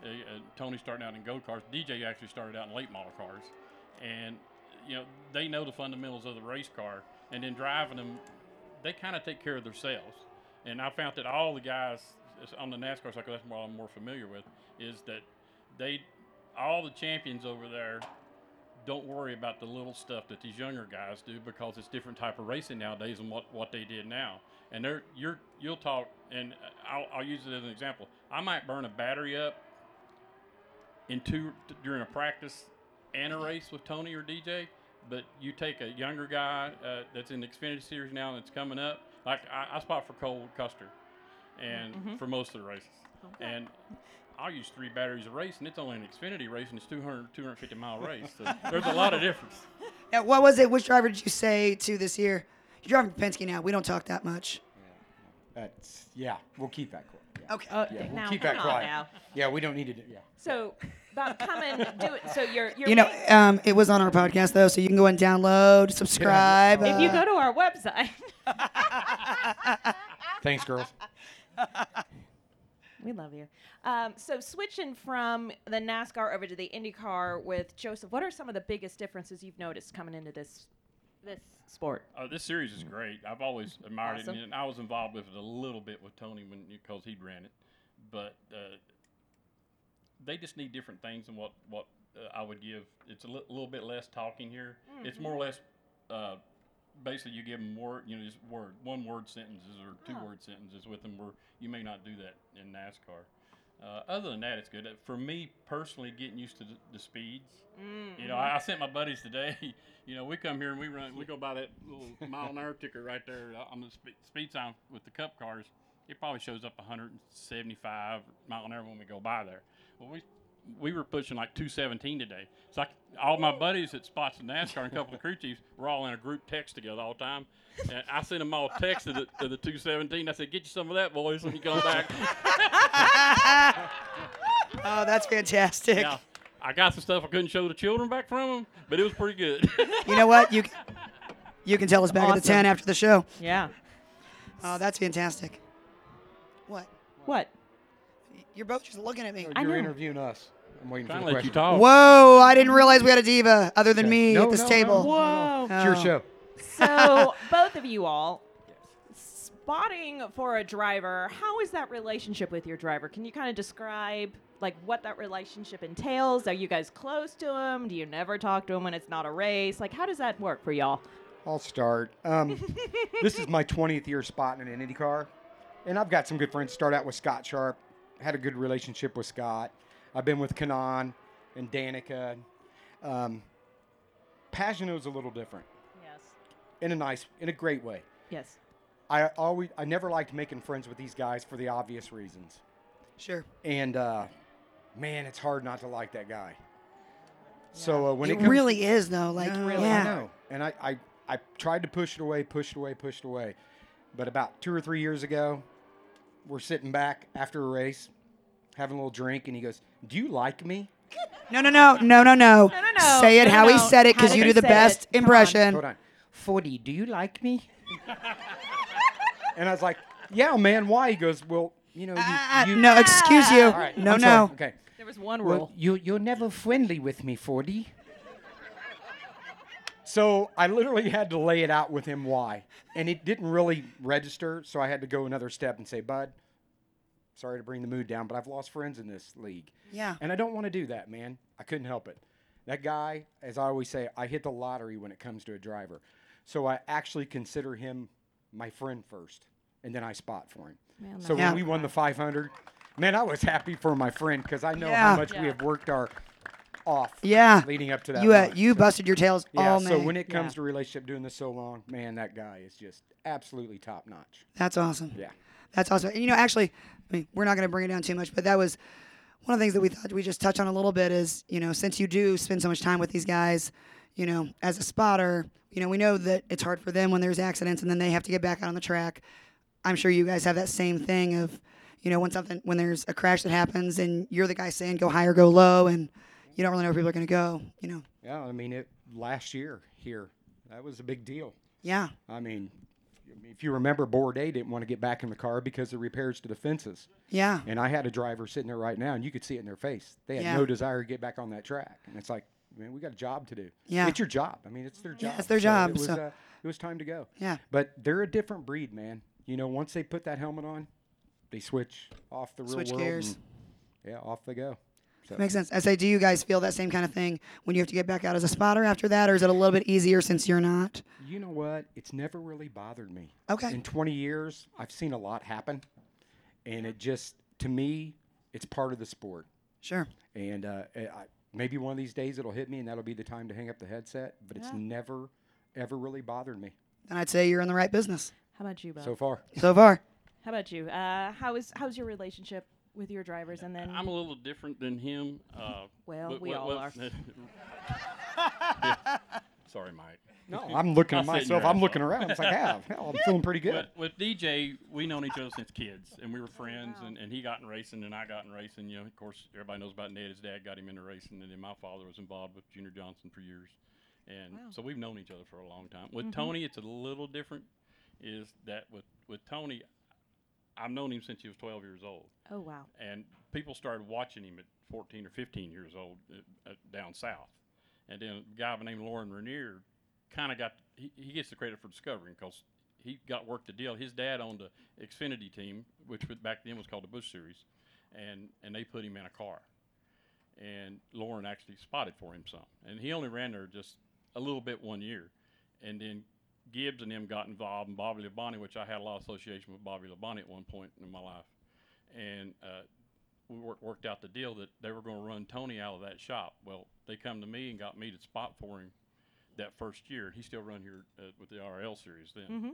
Uh, uh, Tony starting out in go cars, DJ actually started out in late model cars, and you know they know the fundamentals of the race car, and then driving them, they kind of take care of themselves. And I found that all the guys on the NASCAR cycle, that's what I'm more familiar with, is that they, all the champions over there, don't worry about the little stuff that these younger guys do because it's different type of racing nowadays than what, what they did now. And they're you're you'll talk, and I'll, I'll use it as an example. I might burn a battery up in two during a practice and a race with Tony or DJ, but you take a younger guy uh, that's in the Xfinity Series now that's coming up. Like I, I spot for Cole Custer, and
Mhm.
for most of the races,
Okay.
and I use three batteries a race, and it's only an Xfinity race, and it's 200 250 mile race. So there's a lot of difference.
Yeah, what was it? Which driver did you say to this year? You're driving Penske now. We don't talk that much.
That's yeah, we'll keep that quiet. Yeah.
Okay. Oh,
yeah, we'll
now,
keep that
hang on
quiet.
now.
Yeah, we don't need to do yeah.
So, Bob, come and do it. So you're, you're
you know, um, it was on our podcast though, so you can go and download, subscribe.
if you
uh,
go to our website,
Thanks, girls.
we love you. Um, so switching from the NASCAR over to the IndyCar with Joseph, what are some of the biggest differences you've noticed coming into this this sport?
Uh, this series is great. I've always admired
Awesome.
it, and I was involved with it a little bit with Tony when because he ran it. But uh, they just need different things than what what uh, I would give. It's a li- little bit less talking here. It's more or less uh, basically you give them more, you know, just word one word sentences or two
Oh.
word sentences with them where you may not do that in NASCAR. Uh, other than that, it's good. Uh, For me personally, getting used to the, the speeds.
Mm-hmm.
You know, I, I sent my buddies today. You know, we come here and we run. We go by that little mile an hour ticker right there on the spe- speed sign with the cup cars. It probably shows up 175 mile an hour when we go by there. Well, we we were pushing like 217 today. So I, all my buddies that spots in NASCAR and a couple of crew chiefs were all in a group text together all the time. And I sent them all a text to the, to the 217. I said, "Get you some of that, boys, when you come back."
Uh, oh, that's fantastic.
Now, I got some stuff I couldn't show the children back from them, but it was pretty good.
You know what? You c- you can tell us back at the
Awesome.
ten after the show.
Yeah.
Oh, that's fantastic. What?
What?
You're both just looking at me.
You're interviewing us. I'm waiting
Trying
for
to
the
let you
question.
talk.
Whoa! I didn't realize we had a diva other than me
Okay. No,
at this
no, no,
table.
no, no, no. It's your
Oh.
show.
So both of you all, spotting for a driver, how is that relationship with your driver? Can you kind of describe like what that relationship entails? Are you guys close to him? Do you never talk to him when it's not a race? Like how does that work for y'all?
I'll start. Um, this is my 20th year spotting in an IndyCar, and I've got some good friends. Start out with Scott Sharp, had a good relationship with Scott. I've been with Kanan and Danica. Um, Pagano's a little different
Yes.
in a nice, in a great way.
Yes.
I always, I never liked making friends with these guys for the obvious reasons.
Sure.
And uh, man, it's hard not to like that guy. So uh, when it,
It
comes-
really is, though, like,
No,
yeah.
I know. And I, I, I tried to push it away, push it away, push it away. But about two or three years ago, we're sitting back after a race, having a little drink, and he goes, "Do you like me?"
No, no, no, no, no, no.
no,
Say it
no,
how he
no.
said it because
How
you
did
do
he
the
say
best
it? Come on.
impression.
Hold on. Forty, do you like me? And I was like, "Yeah, man. Why?" He goes, "Well, you know, you, you
Uh, no, excuse you.
All right,
No,
I'm sorry.
no.
Okay.
There was one
Well,
rule.
you you're never friendly with me, Forty. so I literally had to lay it out with him why, and it didn't really register. So I had to go another step and say, "Bud, sorry to bring the mood down, but I've lost friends in this league.
Yeah.
and I don't want to do that, man. I couldn't help it. That guy, as I always say, I hit the lottery when it comes to a driver. So I actually consider him my friend first, and then I spot for him.
Man,
so
that's
when we won the 500, man, I was happy for my friend because I know
Yeah.
how much we have worked our off.
Yeah.
leading up to that.
You, uh,
run.
you busted your tails
Yeah,
all
so
night.
when it
Yeah.
comes to relationship doing this so long, man, that guy is just absolutely top notch.
That's awesome.
Yeah.
That's awesome. And, you know, actually, I mean, we're not going to bring it down too much, but that was one of the things that we thought we just touch on a little bit is, you know, since you do spend so much time with these guys, you know, as a spotter, you know, we know that it's hard for them when there's accidents and then they have to get back out on the track. I'm sure you guys have that same thing of, you know, when something, when there's a crash that happens and you're the guy saying go high or go low and you don't really know where people are going to go, you know.
Yeah, I mean it last year here. That was a big deal.
Yeah.
I mean, if you remember, Bourdais didn't want to get back in the car because of repairs to the fences.
Yeah.
And I had a driver sitting there right now, and you could see it in their face. They had
Yeah.
no desire to get back on that track, and it's like, man, we got a job to do.
Yeah.
It's your job. I mean, it's their job.
Yeah, it's their
So
job,
It was,
so-
uh, it was time to go.
Yeah.
But they're a different breed, man. You know, once they put that helmet on, they switch off the real
Switch
world.
gears.
and- yeah, off they go. So-
Makes sense. I say, do you guys feel that same kind of thing when you have to get back out as a spotter after that, or is it a little bit easier since you're not?
You know what? It's never really bothered me.
Okay.
In 20 years, I've seen a lot happen, and it just to me, it's part of the sport.
Sure.
And uh, I, I- maybe one of these days it'll hit me, and that'll be the time to hang up the headset. But it's
Yeah.
never, ever really bothered me
Then I'd say you're in the right business.
How about you, Bob?
so far.
So far.
How about you? Uh, how is how's your relationship with your drivers? And then
I'm a little different than him. Uh,
Well,
but-
we
well-
all
well-
are.
Sorry, Mike.
No, I'm looking at
I sit in your
myself. I'm
ass
looking
up.
around. It's like, "Ah, hell, I'm feeling pretty good."
With, with DJ, we known each other since kids, and we were friends. And, and he got in racing, and I got in racing. You know, of course, everybody knows about Ned. His dad got him into racing, and then my father was involved with Junior Johnson for years. And so we've known each other for a long time. With
Mhm.
Tony, it's a little different. Is that with with Tony? I've known him since he was 12 years old.
Oh, wow.
And people started watching him at 14 or 15 years old uh, uh, down south. And then a guy by the name of Lauren Rainier kind of got, he, he gets the credit for discovering because he got worked the deal. His dad owned the Xfinity team, which was- back then was called the Bush Series, and, and they put him in a car. And Lauren actually spotted for him some. And he only ran there just a little bit one year. And then Gibbs and them got involved, and Bobby Labonte, which I had a lot of association with Bobby Labonte at one point in my life. And uh, we work, worked out the deal that they were going to run Tony out of that shop. Well, they come to me and got me to spot for him that first year. He still run here uh, with the RL series then.
Mhm.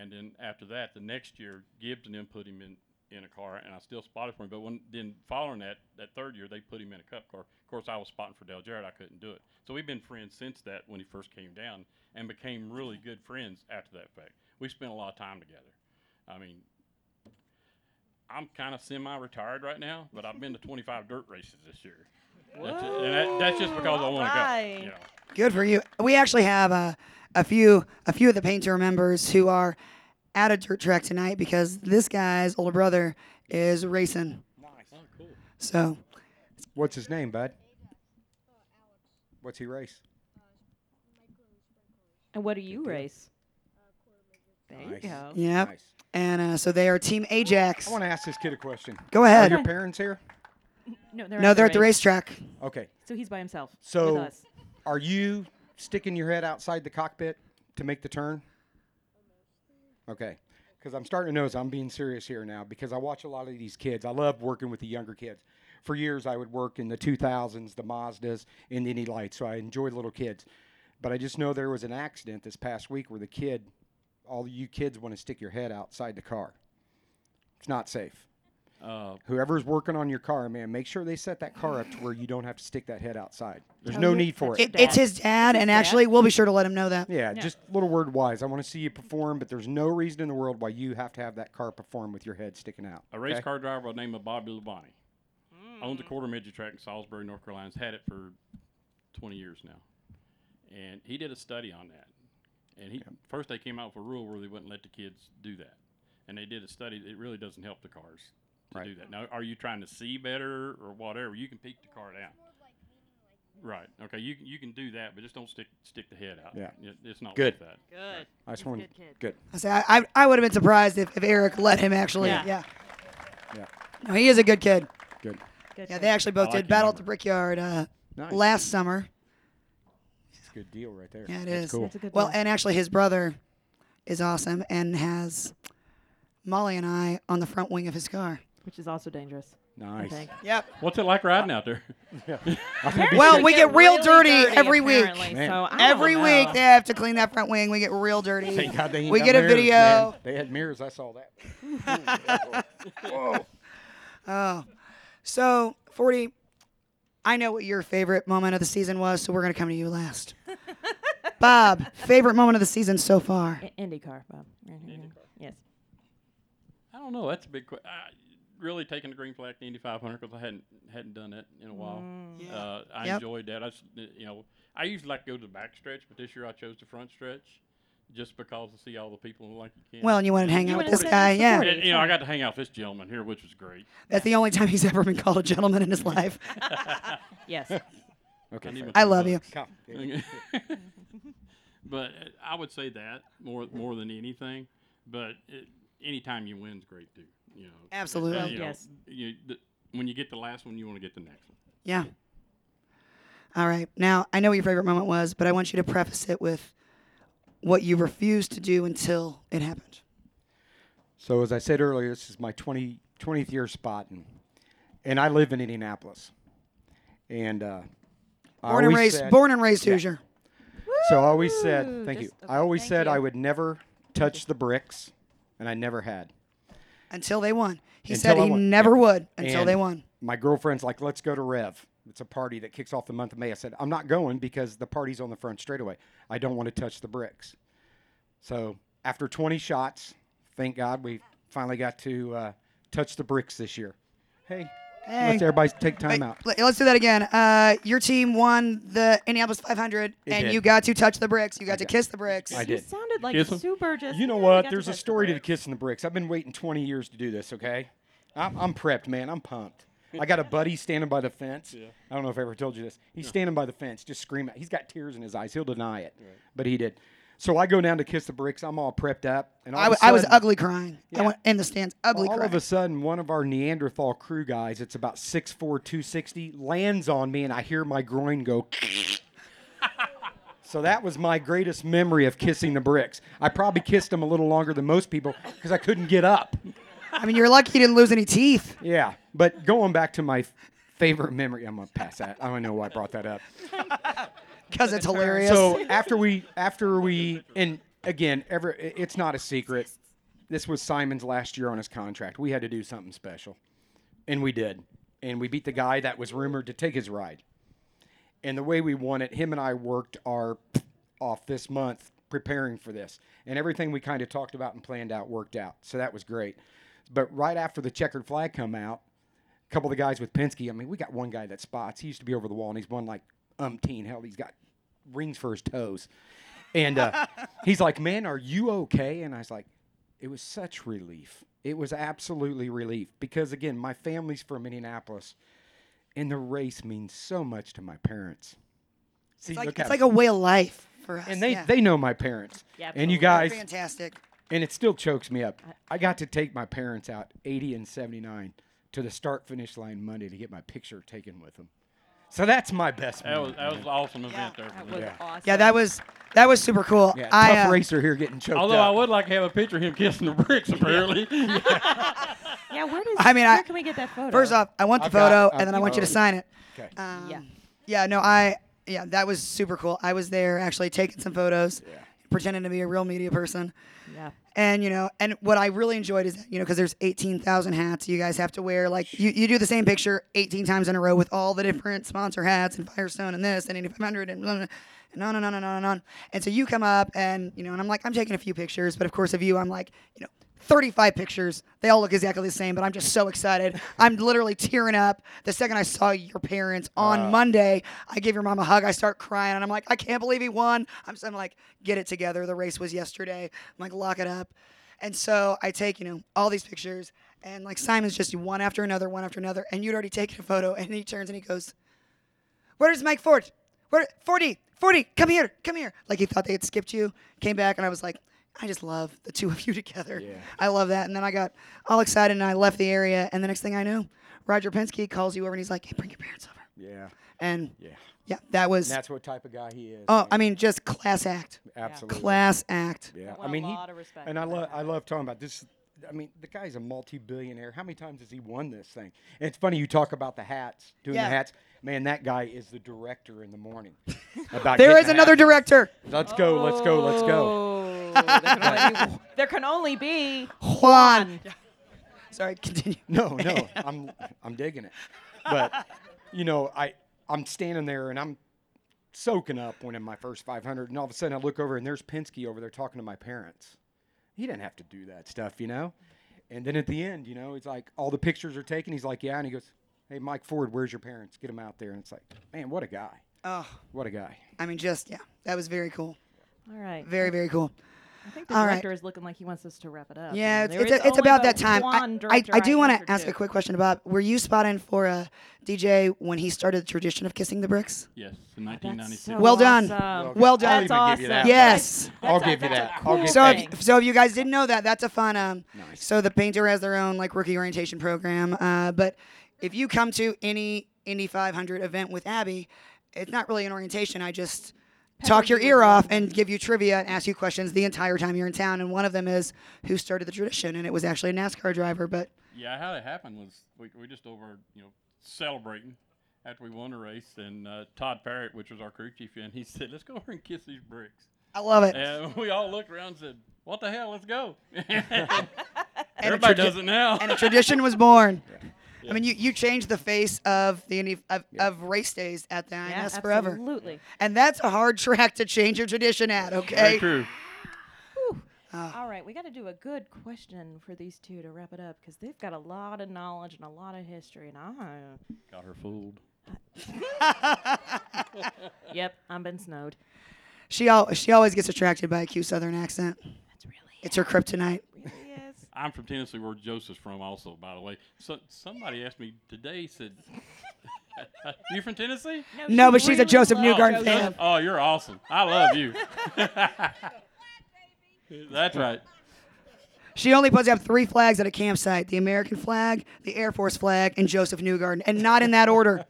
And then after that, the next year, Gibbs and them put him in, in a car, and I still spotted for him. But when then following that, that third year, they put him in a cup car. Of course, I was spotting for Del Jarrett. I couldn't do it. So we've been friends since that when he first came down and became really good friends after that fact. We spent a lot of time together. I mean, I'm kind of semi-retired right now, but I've been to 25 dirt races this year. That's, it. And that, that's just because I want to go. You know.
Good for you. We actually have a, a few a few of the Paint to members who are at a dirt track tonight because this guy's older brother is racing. So
What's his name, bud? What's he race?
and what do you race? There
Oh, Nice.
you go.
yeah, and uh, so they are Team Ajax.
I want to ask this kid a question.
Go ahead.
Are your parents here?
No, they're,
No, they're at the
race.
racetrack.
Okay.
So he's by himself. with
So,
us.
are you sticking your head outside the cockpit to make the turn? Okay, because I'm starting to notice I'm being serious here now because I watch a lot of these kids. I love working with the younger kids. For years, I would work in the 2000s, the Mazdas, and the Indy Lights, so I enjoyed little kids. But I just know there was an accident this past week where the kid, all you kids want to stick your head outside the car. It's not safe.
Uh,
Whoever's working on your car, man, make sure they set that car up to where you don't have to stick that head outside. There's
Oh,
no
yeah,
need for
that's
it.
your It- it's dad. his dad, and actually, we'll be sure to let him know that.
Yeah,
Yeah.
just little word wise. I want to see you perform, but there's no reason in the world why you have to have that car perform with your head sticking out.
A race
okay?
car driver by the name of Bobby Labonte owns a quarter midget track in Salisbury, North Carolina. Has had it for 20 years now, and he did a study on that. And he first they came out with a rule where they wouldn't let the kids do that, and they did a study. It really doesn't help the cars to do that. Now, are you trying to see better or whatever? You can peek the car out. Right. Okay. You you can do that, but just don't stick stick the head out.
Yeah.
It- it's not
Good.
Like that.
Good.
I just want good.
I say I, I, I would have been surprised if, if Eric let him actually.
Yeah.
Yeah.
Yeah.
No, he is a good kid.
Good.
Good
yeah,
kid.
they actually
I
both
like
did
your
Battle at the Brickyard uh,
Nice.
last summer.
It's a good deal right there.
Yeah, it is.
That's Cool.
well, and actually, his brother is awesome and has Molly and I on the front wing of his car.
Which is also dangerous.
Nice.
think.
Yep.
What's it like riding out there?
Well, we get real dirty,
dirty,
every week.
apparently, Man. so I don't
every
know.
week they have to clean that front wing. We get real dirty.
Thank God they ain't
we
got
get a
mirrors,
video.
man. They had mirrors. I saw that. Whoa.
Oh. So, 40, I know what your favorite moment of the season was, so we're going to come to you last. Bob, favorite moment of the season so far?
I- IndyCar, Bob. Yes.
I don't know. That's a big question. Really taking the green flag to Indy 500 because I hadn't hadn't done that in a while.
Mm.
Uh, I
Yep.
enjoyed that. I s- uh, you know I usually like to go to the back stretch, but this year I chose the front stretch just because to see all the people like you can.
Well, and you wanted to hang You out with wanted this to guy, yeah. support it,
And, you know, I
yeah.
got to hang out with this gentleman here, which was great.
That's the only time he's ever been called a gentleman in his life.
yes.
Okay.
I love you.
but uh, I would say that more more than anything. But it, anytime you win's great too. You know.
Absolutely.
Uh, you know,
Yes.
You, the, when you get the last one, you want to get the next one.
Yeah. All right. Now, I know what your favorite moment was, but I want you to preface it with what you refused to do until it happened.
So as I said earlier, this is my 20, 20th year spot, and, and I live in Indianapolis. And uh, I
Born and
always
raised-
said-
born and raised Hoosier.
So I always said,
Woo!
thank
Just-
you. I always said I would never touch the bricks, and I never had.
Until they won. He
Until
said
I
he
won.
never
Yeah.
would until
And
they won.
My girlfriend's like, let's go to Rev. It's a party that kicks off the month of May. I said, I'm not going because the party's on the front straightaway. I don't want to touch the bricks. So after 20 shots, thank God we finally got to uh, touch the bricks this year. Hey,
Hey.
let's everybody take time out.
Let- Let's do that again. Uh, your team won the Indianapolis 500,
It
and
did.
you got to touch the bricks. You got to kiss the bricks.
I did.
sounded like
Kiss 'em.
super just.
You know what? There's a story uh, to the kiss in the bricks. I've been waiting 20 years to do this. Okay, I'm, I'm prepped, man. I'm pumped. I got a buddy standing by the fence.
Yeah.
I don't know if I ever told you this. He's standing by the fence, just screaming. He's got tears in his eyes. He'll deny it,
Right.
but he did. So I go down to kiss the bricks. I'm all prepped up, and all
I,
of a
w- I was
sudden-
ugly crying. I
Yeah.
went in the stands, ugly
all
crying.
of a sudden, one of our Neanderthal crew guys, it's about 6'4", 260, lands on me, and I hear my groin go. so that was my greatest memory of kissing the bricks. I probably kissed them a little longer than most people because I couldn't get up.
I mean, you're lucky you didn't lose any teeth.
Yeah, but going back to my f- favorite memory, I'm gonna pass that. I don't know why I brought that up.
Because it's hilarious.
So after we, after we, and again, ever, i- it's not a secret. This was Simon's last year on his contract. We had to do something special, and we did. And we beat the guy that was rumored to take his ride. And the way we won it, him and I worked our off this month preparing for this, and everything we kind of talked about and planned out worked out. So that was great. But right after the checkered flag come out, a couple of the guys with Penske. I mean, we got one guy that spots. He used to be over the wall, and he's won like umpteen. Hell, he's got rings for his toes. And uh, he's like, "Man, are you okay?" And I was like, "It was such relief. It was absolutely relief because again, my family's from Indianapolis, and the race means so much to my parents. See,
it's like,
look
it's
how-
like a way of life for us.
and they
yeah.
they know my parents.
Yeah,
and
absolutely.
you guys,
They're fantastic.
And it still chokes me up. I got to take my parents out 80 and 79 to the start finish line Monday to get my picture taken with them. So that's my best.
That
moment,
was that was
man.
an awesome event there.
That
for me.
was awesome.
Yeah, that was That was super cool.
Yeah, tough
I, uh,
racer here getting choked
Although
up.
I would like to have a picture of him kissing the bricks, apparently.
Yeah, where does
I mean,
where
I,
can we get that photo?
First off, I want the
I've got
photo,
it.
and then I
I've
want you to
got it.
sign it.
Okay.
Um,
Yeah.
Yeah. No, I. Yeah, that was super cool. I was there actually taking some photos, pretending to be a real media person.
Yeah.
And you know, and what I really enjoyed is you know because there's 18,000 hats you guys have to wear. Like you, you do the same picture 18 times in a row with all the different sponsor hats and Firestone and this and 8500 and. Blah, blah, and on and on and on and on. And so you come up and you know, and I'm like, I'm taking a few pictures, but of course of you, I'm like, you know, 35 pictures. They all look exactly the same, but I'm just so excited. I'm literally tearing up. The second I saw your parents on
Wow.
Monday, I give your mom a hug. I start crying, and I'm like, I can't believe he won. I'm, so I'm like, get it together. The race was yesterday. I'm like, lock it up. And so I take, you know, all these pictures, and like Simon's just one after another, one after another, and you'd already taken a photo, and he turns and he goes, Where's Mike Ford? Where 40, 40, come here, come here. Like he thought they had skipped you. Came back and I was like, I just love the two of you together. I love that. And then I got all excited and I left the area. And the next thing I knew, Roger Penske calls you over and he's like, Hey, bring your parents over.
Yeah.
And
Yeah.
yeah, that was
And that's what type of guy he is.
Oh, I mean, just class act.
Absolutely.
Class act.
Yeah.
Well,
I mean,
a
he,
lot of respect
and I
for
love I love talking about this. I mean, the guy's a multi-billionaire. How many times has he won this thing? And it's funny you talk about the hats, doing
Yeah.
the hats. Man, that guy is the director in the morning. about
There
getting
is
the
another
hats.
director.
Let's go. Let's go. Let's go.
there, can only be, there can only be
Juan. uh, Sorry, continue.
No, no, I'm I'm digging it. But you know, I I'm standing there and I'm soaking up winning my first 500, and all of a sudden I look over and there's Penske over there talking to my parents. He didn't have to do that stuff, you know. And then at the end, you know, it's like all the pictures are taken. He's like, yeah, and he goes, hey, Mike Ford, where's your parents? Get him out there. And it's like, man, what a guy.
Oh,
What a guy.
I mean, just yeah, that was very cool.
All right.
Very, very cool.
I think the
All right.
director is looking like he wants us to wrap it up.
Yeah,
and there
it's, it's,
is
a- it's
only
about
but
that time. I,
one
I,
director
I do want
answer
to ask a quick question, Bob. Were you spotting for uh, DJ when he started the tradition of kissing the bricks?
Yes, in 1996.
so Well done.
awesome.
Well done.
That's awesome.
Yes.
I'll give you that. I'll give you
So,
that.
if, so if you guys didn't know that, that's a fun. Um, So the painter has their own like rookie orientation program. Uh, but if you come to any Indy 500 event with Abby, it's not really an orientation. I just talk your ear off and give you trivia and ask you questions the entire time you're in town. And one of them is who started the tradition, and it was actually a NASCAR driver. But
Yeah, how it happened was we, we just over, you know, celebrating after we won the race, and uh, Todd Parrott, which was our crew chief, and he said, "Let's go over and kiss these bricks."
I love it.
And we all looked around and said, "What the hell? Let's go!"
and a
Everybody
tradi-
does it now.
and a tradition was born. I mean, you, you changed the face of the Indy- of, of race days at the
Yeah,
INS forever,
Absolutely.
and that's a hard track to change your tradition at. Okay.
Very true.
All right, we got to do a good question for these two to wrap it up because they've got a lot of knowledge and a lot of history, and I.
Got her fooled.
Yep, I've been snowed.
She al- she always gets attracted by a cute Southern accent. That's really it's her kryptonite.
Yes.
I'm from Tennessee, where Joseph's from, also, by the way. So somebody asked me today, said, "You from Tennessee?"
No, but she's a Joseph Newgarden
Joseph-
fan.
Oh, you're awesome. I love you. That's right.
She only puts up three flags at a campsite: the American flag, the Air Force flag, and Joseph Newgarden, and not in that order.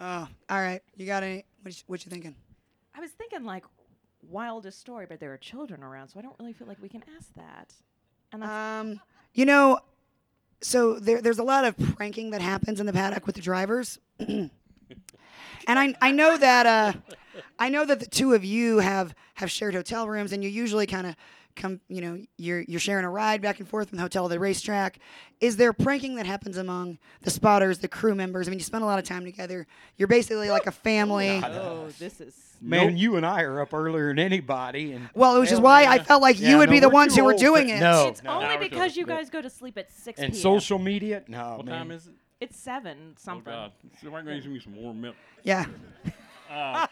Oh, all right. You got any? What you, what you thinking?
I was thinking like wildest story, but there are children around, so I don't really feel like we can ask that. And that's
Um, you know, so there, there's a lot of pranking that happens in the paddock with the drivers, and I, I know that uh, I know that the two of you have have shared hotel rooms, and you usually kind of come, you know, you're you're sharing a ride back and forth from the hotel to the racetrack. Is there pranking that happens among the spotters, the crew members? I mean, you spend a lot of time together. You're basically like a family.
oh, this is
Man, you and I are up earlier than anybody. And
Well, which is why I felt like you would be the ones who were doing it.
No,
it's
no.
only because you
No.
guys go to sleep at six
and
p.m.
social media. No,
What
man.
time is it?
It's seven
Oh
something.
God! See, we're gonna give me some warm milk.
Yeah.
Uh,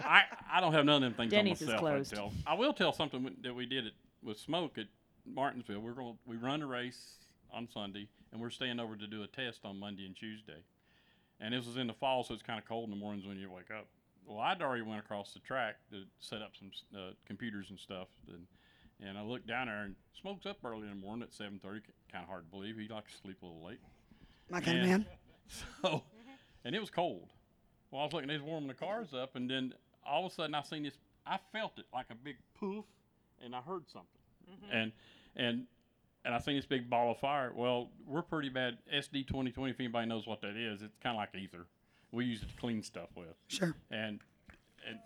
I I don't have none of them things
Denny's
on
is
myself.
closed.
I, tell. I will tell something wi- that we did at, with Smoke at Martinsville. We're going we run a race on Sunday, and we're staying over to do a test on Monday and Tuesday. And this was in the fall, so it's kind of cold in the mornings when you wake up. Well, I'd already went across the track to set up some s- uh, computers and stuff, and and I looked down there and Smoke's up early in the morning at seven thirty. Kind of hard to believe he likes to sleep a little late.
My kind of
And
man.
So, and it was cold. Well, I was looking, they was warming the cars up, and then all of a sudden I seen this. I felt it like a big poof, and I heard something, and and and I seen this big ball of fire. Well, we're pretty bad SD twenty twenty. If anybody knows what that is, it's kind of like ether. We use it to clean stuff with.
Sure.
And and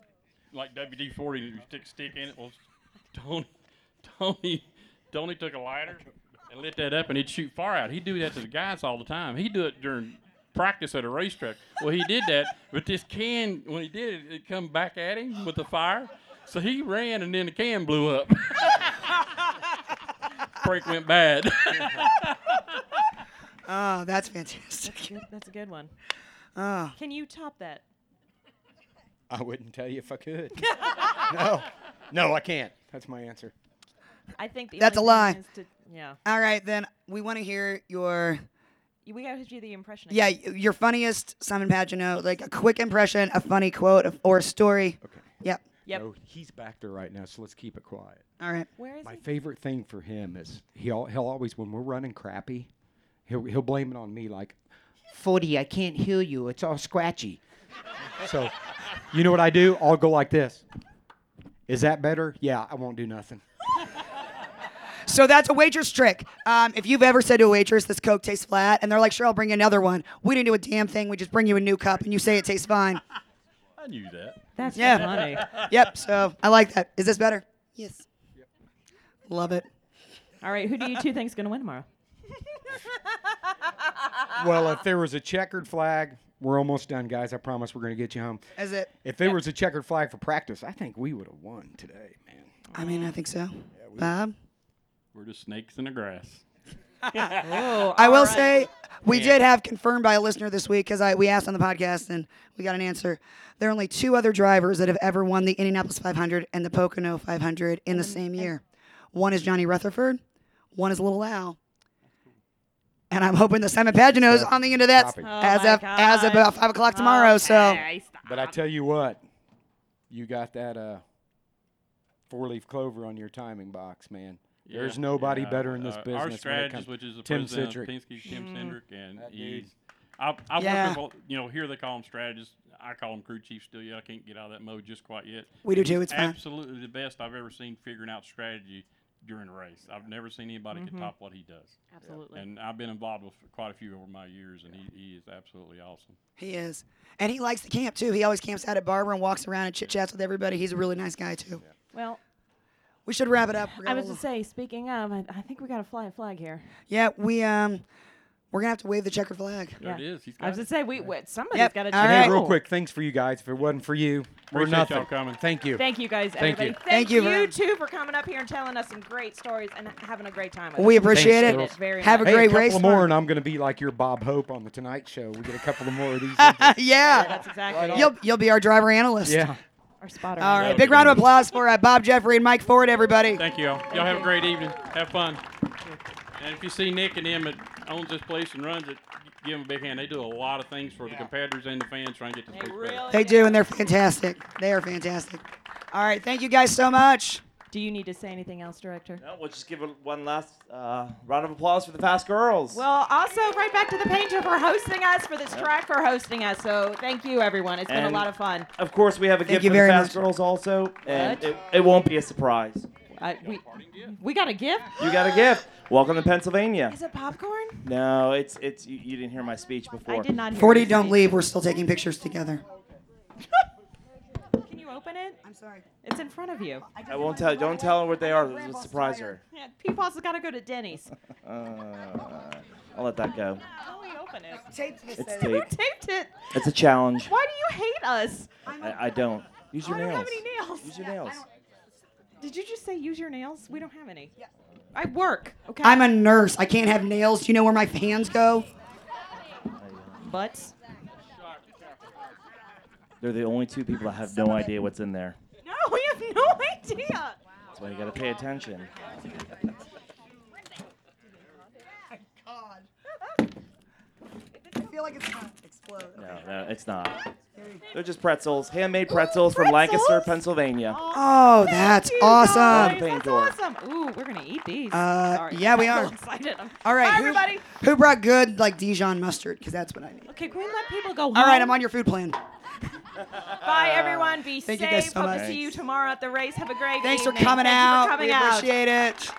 like WD forty, you stick a stick in it. Well, Tony Tony Tony took a lighter and lit that up, and he'd shoot fire out. He'd do that to the guys all the time. He'd do it during practice at a racetrack. Well, he did that, but this can when he did it, it come back at him with the fire. So he ran, and then the can blew up. Break went bad.
Oh, that's fantastic.
That's, good- that's a good one.
Oh.
Can you top that?
I wouldn't tell you if I could. no, no, I can't. That's my answer.
I think the
That's a
only
lie.
thing is to- yeah.
All right, then we want to hear your
You- We got to do the impression.
yeah
again.
y- your funniest Simon Pagino, like a quick impression, a funny quote of- or a story. Okay. Yep.
Yep.
No, he's back there right now, so let's keep it quiet.
All right.
Where is
My
he?
favorite thing for him is he'll he'll always when we're running crappy, he'll he'll blame it on me like, Forty, I can't hear you. It's all scratchy. so, you know what I do? I'll go like this. Is that better? Yeah, I won't do nothing.
So that's a waitress trick. Um, if you've ever said to a waitress, "This Coke tastes flat," and they're like, "Sure, I'll bring you another one," we didn't do a damn thing. We just bring you a new cup, and you say it tastes fine.
I knew that.
That's
yeah.
funny.
yep. So I like that. Is this better? Yes. Love it.
All right, who do you two think's going to win tomorrow?
Well, if there was a checkered flag, we're almost done, guys. I promise we're gonna get you home.
Is it?
If there was a checkered flag for practice, I think we would have won today, man.
I mean, I think so. Bob.
We're just snakes in the grass.
Oh,
I will say we did have confirmed by a listener this week because I we asked on the podcast and we got an answer. There are only two other drivers that have ever won the Indianapolis 500 and the Pocono 500 in the same year. One is Johnny Rutherford, one is Little Al. And I'm hoping that Simon Pagino is on the end of that
Stop it. Oh
as
my
of as of about five o'clock tomorrow. So
But I tell you what, you got that uh, four leaf clover on your timing box, man. There's
Yeah,
nobody
yeah,
better in this
uh,
business.
Our
when it
strategist,
comes.
which is the
Tim
president of
Citrick.
Penske, Tim
Mm.
Cindric, and
That dude.
he's. I, I
Hmm. Yeah.
work with, a- you know, here they call him strategist. I call him crew chief still yet. I can't get out of that mode just quite yet.
We do
He's
too, it's fine.
Absolutely the best I've ever seen figuring out strategy during a race. I've never seen anybody
Mhm.
Mm-hmm.
could top what he does.
Absolutely.
And I've been involved with quite a few over my years, and he, he is absolutely awesome.
he is, and he likes to camp too. He always camps out at Barber and walks around and chit chats with everybody. He's a really nice guy too.
Well,
We should wrap it up. We're
I
gonna
was to say, speaking of, I, I think we got to fly a flag here.
Yeah, we um, we're gonna have to wave the checkered flag.
There it is. He's
I
got
was
it.
to say, we, we somebody's
Yep.
got to.
All
And hey,
right.
real quick, thanks for you guys. If it wasn't for you, we're
Appreciate
nothing.
y'all coming.
Thank you.
Thank you guys,
Thank
everybody.
you.
Thank you
you,
very
too for coming up here and telling us some great stories and having a great time. With
We
us.
appreciate it.
Very
Have
much.
a
Hey,
great
a couple
race.
of more, and I'm gonna be like your Bob Hope on the Tonight Show. We get a couple of more of these. yeah.
yeah.
That's exactly it.
You'll, you'll be our driver analyst.
Yeah.
our spotter.
All right.
That'll
Big
be
round of
good.
applause for uh, Bob Jeffrey and Mike Ford, everybody.
Thank you all. Y'all have a great evening. Have fun. And if you see Nick and him that owns this place and runs it, give them a big hand. They do a lot of things for the competitors and the fans trying to get this place better.
They do, and they're fantastic. They are fantastic. All right. Thank you guys so much.
Do you need to say anything else, director?
No, we'll just give a, one last uh, round of applause for the Fast Girls.
Well, also right back to the painter for hosting us for this track for hosting us. So thank you, everyone. It's been
And-
a lot of fun.
of course, we have a
Thank
gift
you
for the
very
Fast
much.
Girls also, and
What?
it, it won't be a surprise.
I, Uh, we, we got a gift.
You got a gift. Welcome to Pennsylvania.
Is it popcorn?
No, it's it's you, you didn't hear my speech before.
I did not hear.
40,
you say
don't
it.
leave. We're still taking pictures together.
Can you open it?
I'm sorry.
It's in front of you.
I won't tell. Don't tell her what they are. It's a surprise her.
Yeah, Peepaw's has got to go to Denny's.
Uh, I'll let that go.
How do we open it?
It's
Who
taped.
taped it?
It's a challenge.
Why do you hate us?
I, I don't. Use your
I don't
nails.
have any nails.
Use your nails.
Did you just say use your nails? We don't have any. I work. Okay.
I'm a nurse. I can't have nails. Do you know where my hands go?
butts.
They're the only two people that have no idea what's in there.
No, we have no idea.
That's why you gotta pay attention.
God. I feel like it's going to explode.
No, no, it's not. They're just pretzels, handmade pretzels, from Lancaster, Pennsylvania.
Oh, that's
Thank you,
awesome.
guys.
Thank
That's
you.
awesome. Ooh, we're gonna eat these.
Uh,
Sorry.
yeah, we
I'm
are.
so excited. I'm-
All right.
Bye,
who-
everybody. Um,
Who, brought good, like, Dijon mustard? Because that's what I need.
Okay, can we let people go home?
All right. I'm on your food plan.
Bye, everyone. Be
Thank you
safe.
guys so
Hope to
much.
see you tomorrow at the race. Have a great
Thanks for
evening.
coming
Thank
out.
You for coming
we
out.
appreciate it.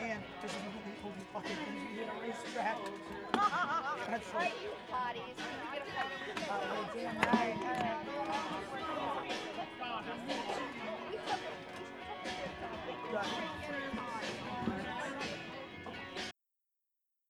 And this is really cool fucking easy in a racetrack. That's right. Oh, damn right.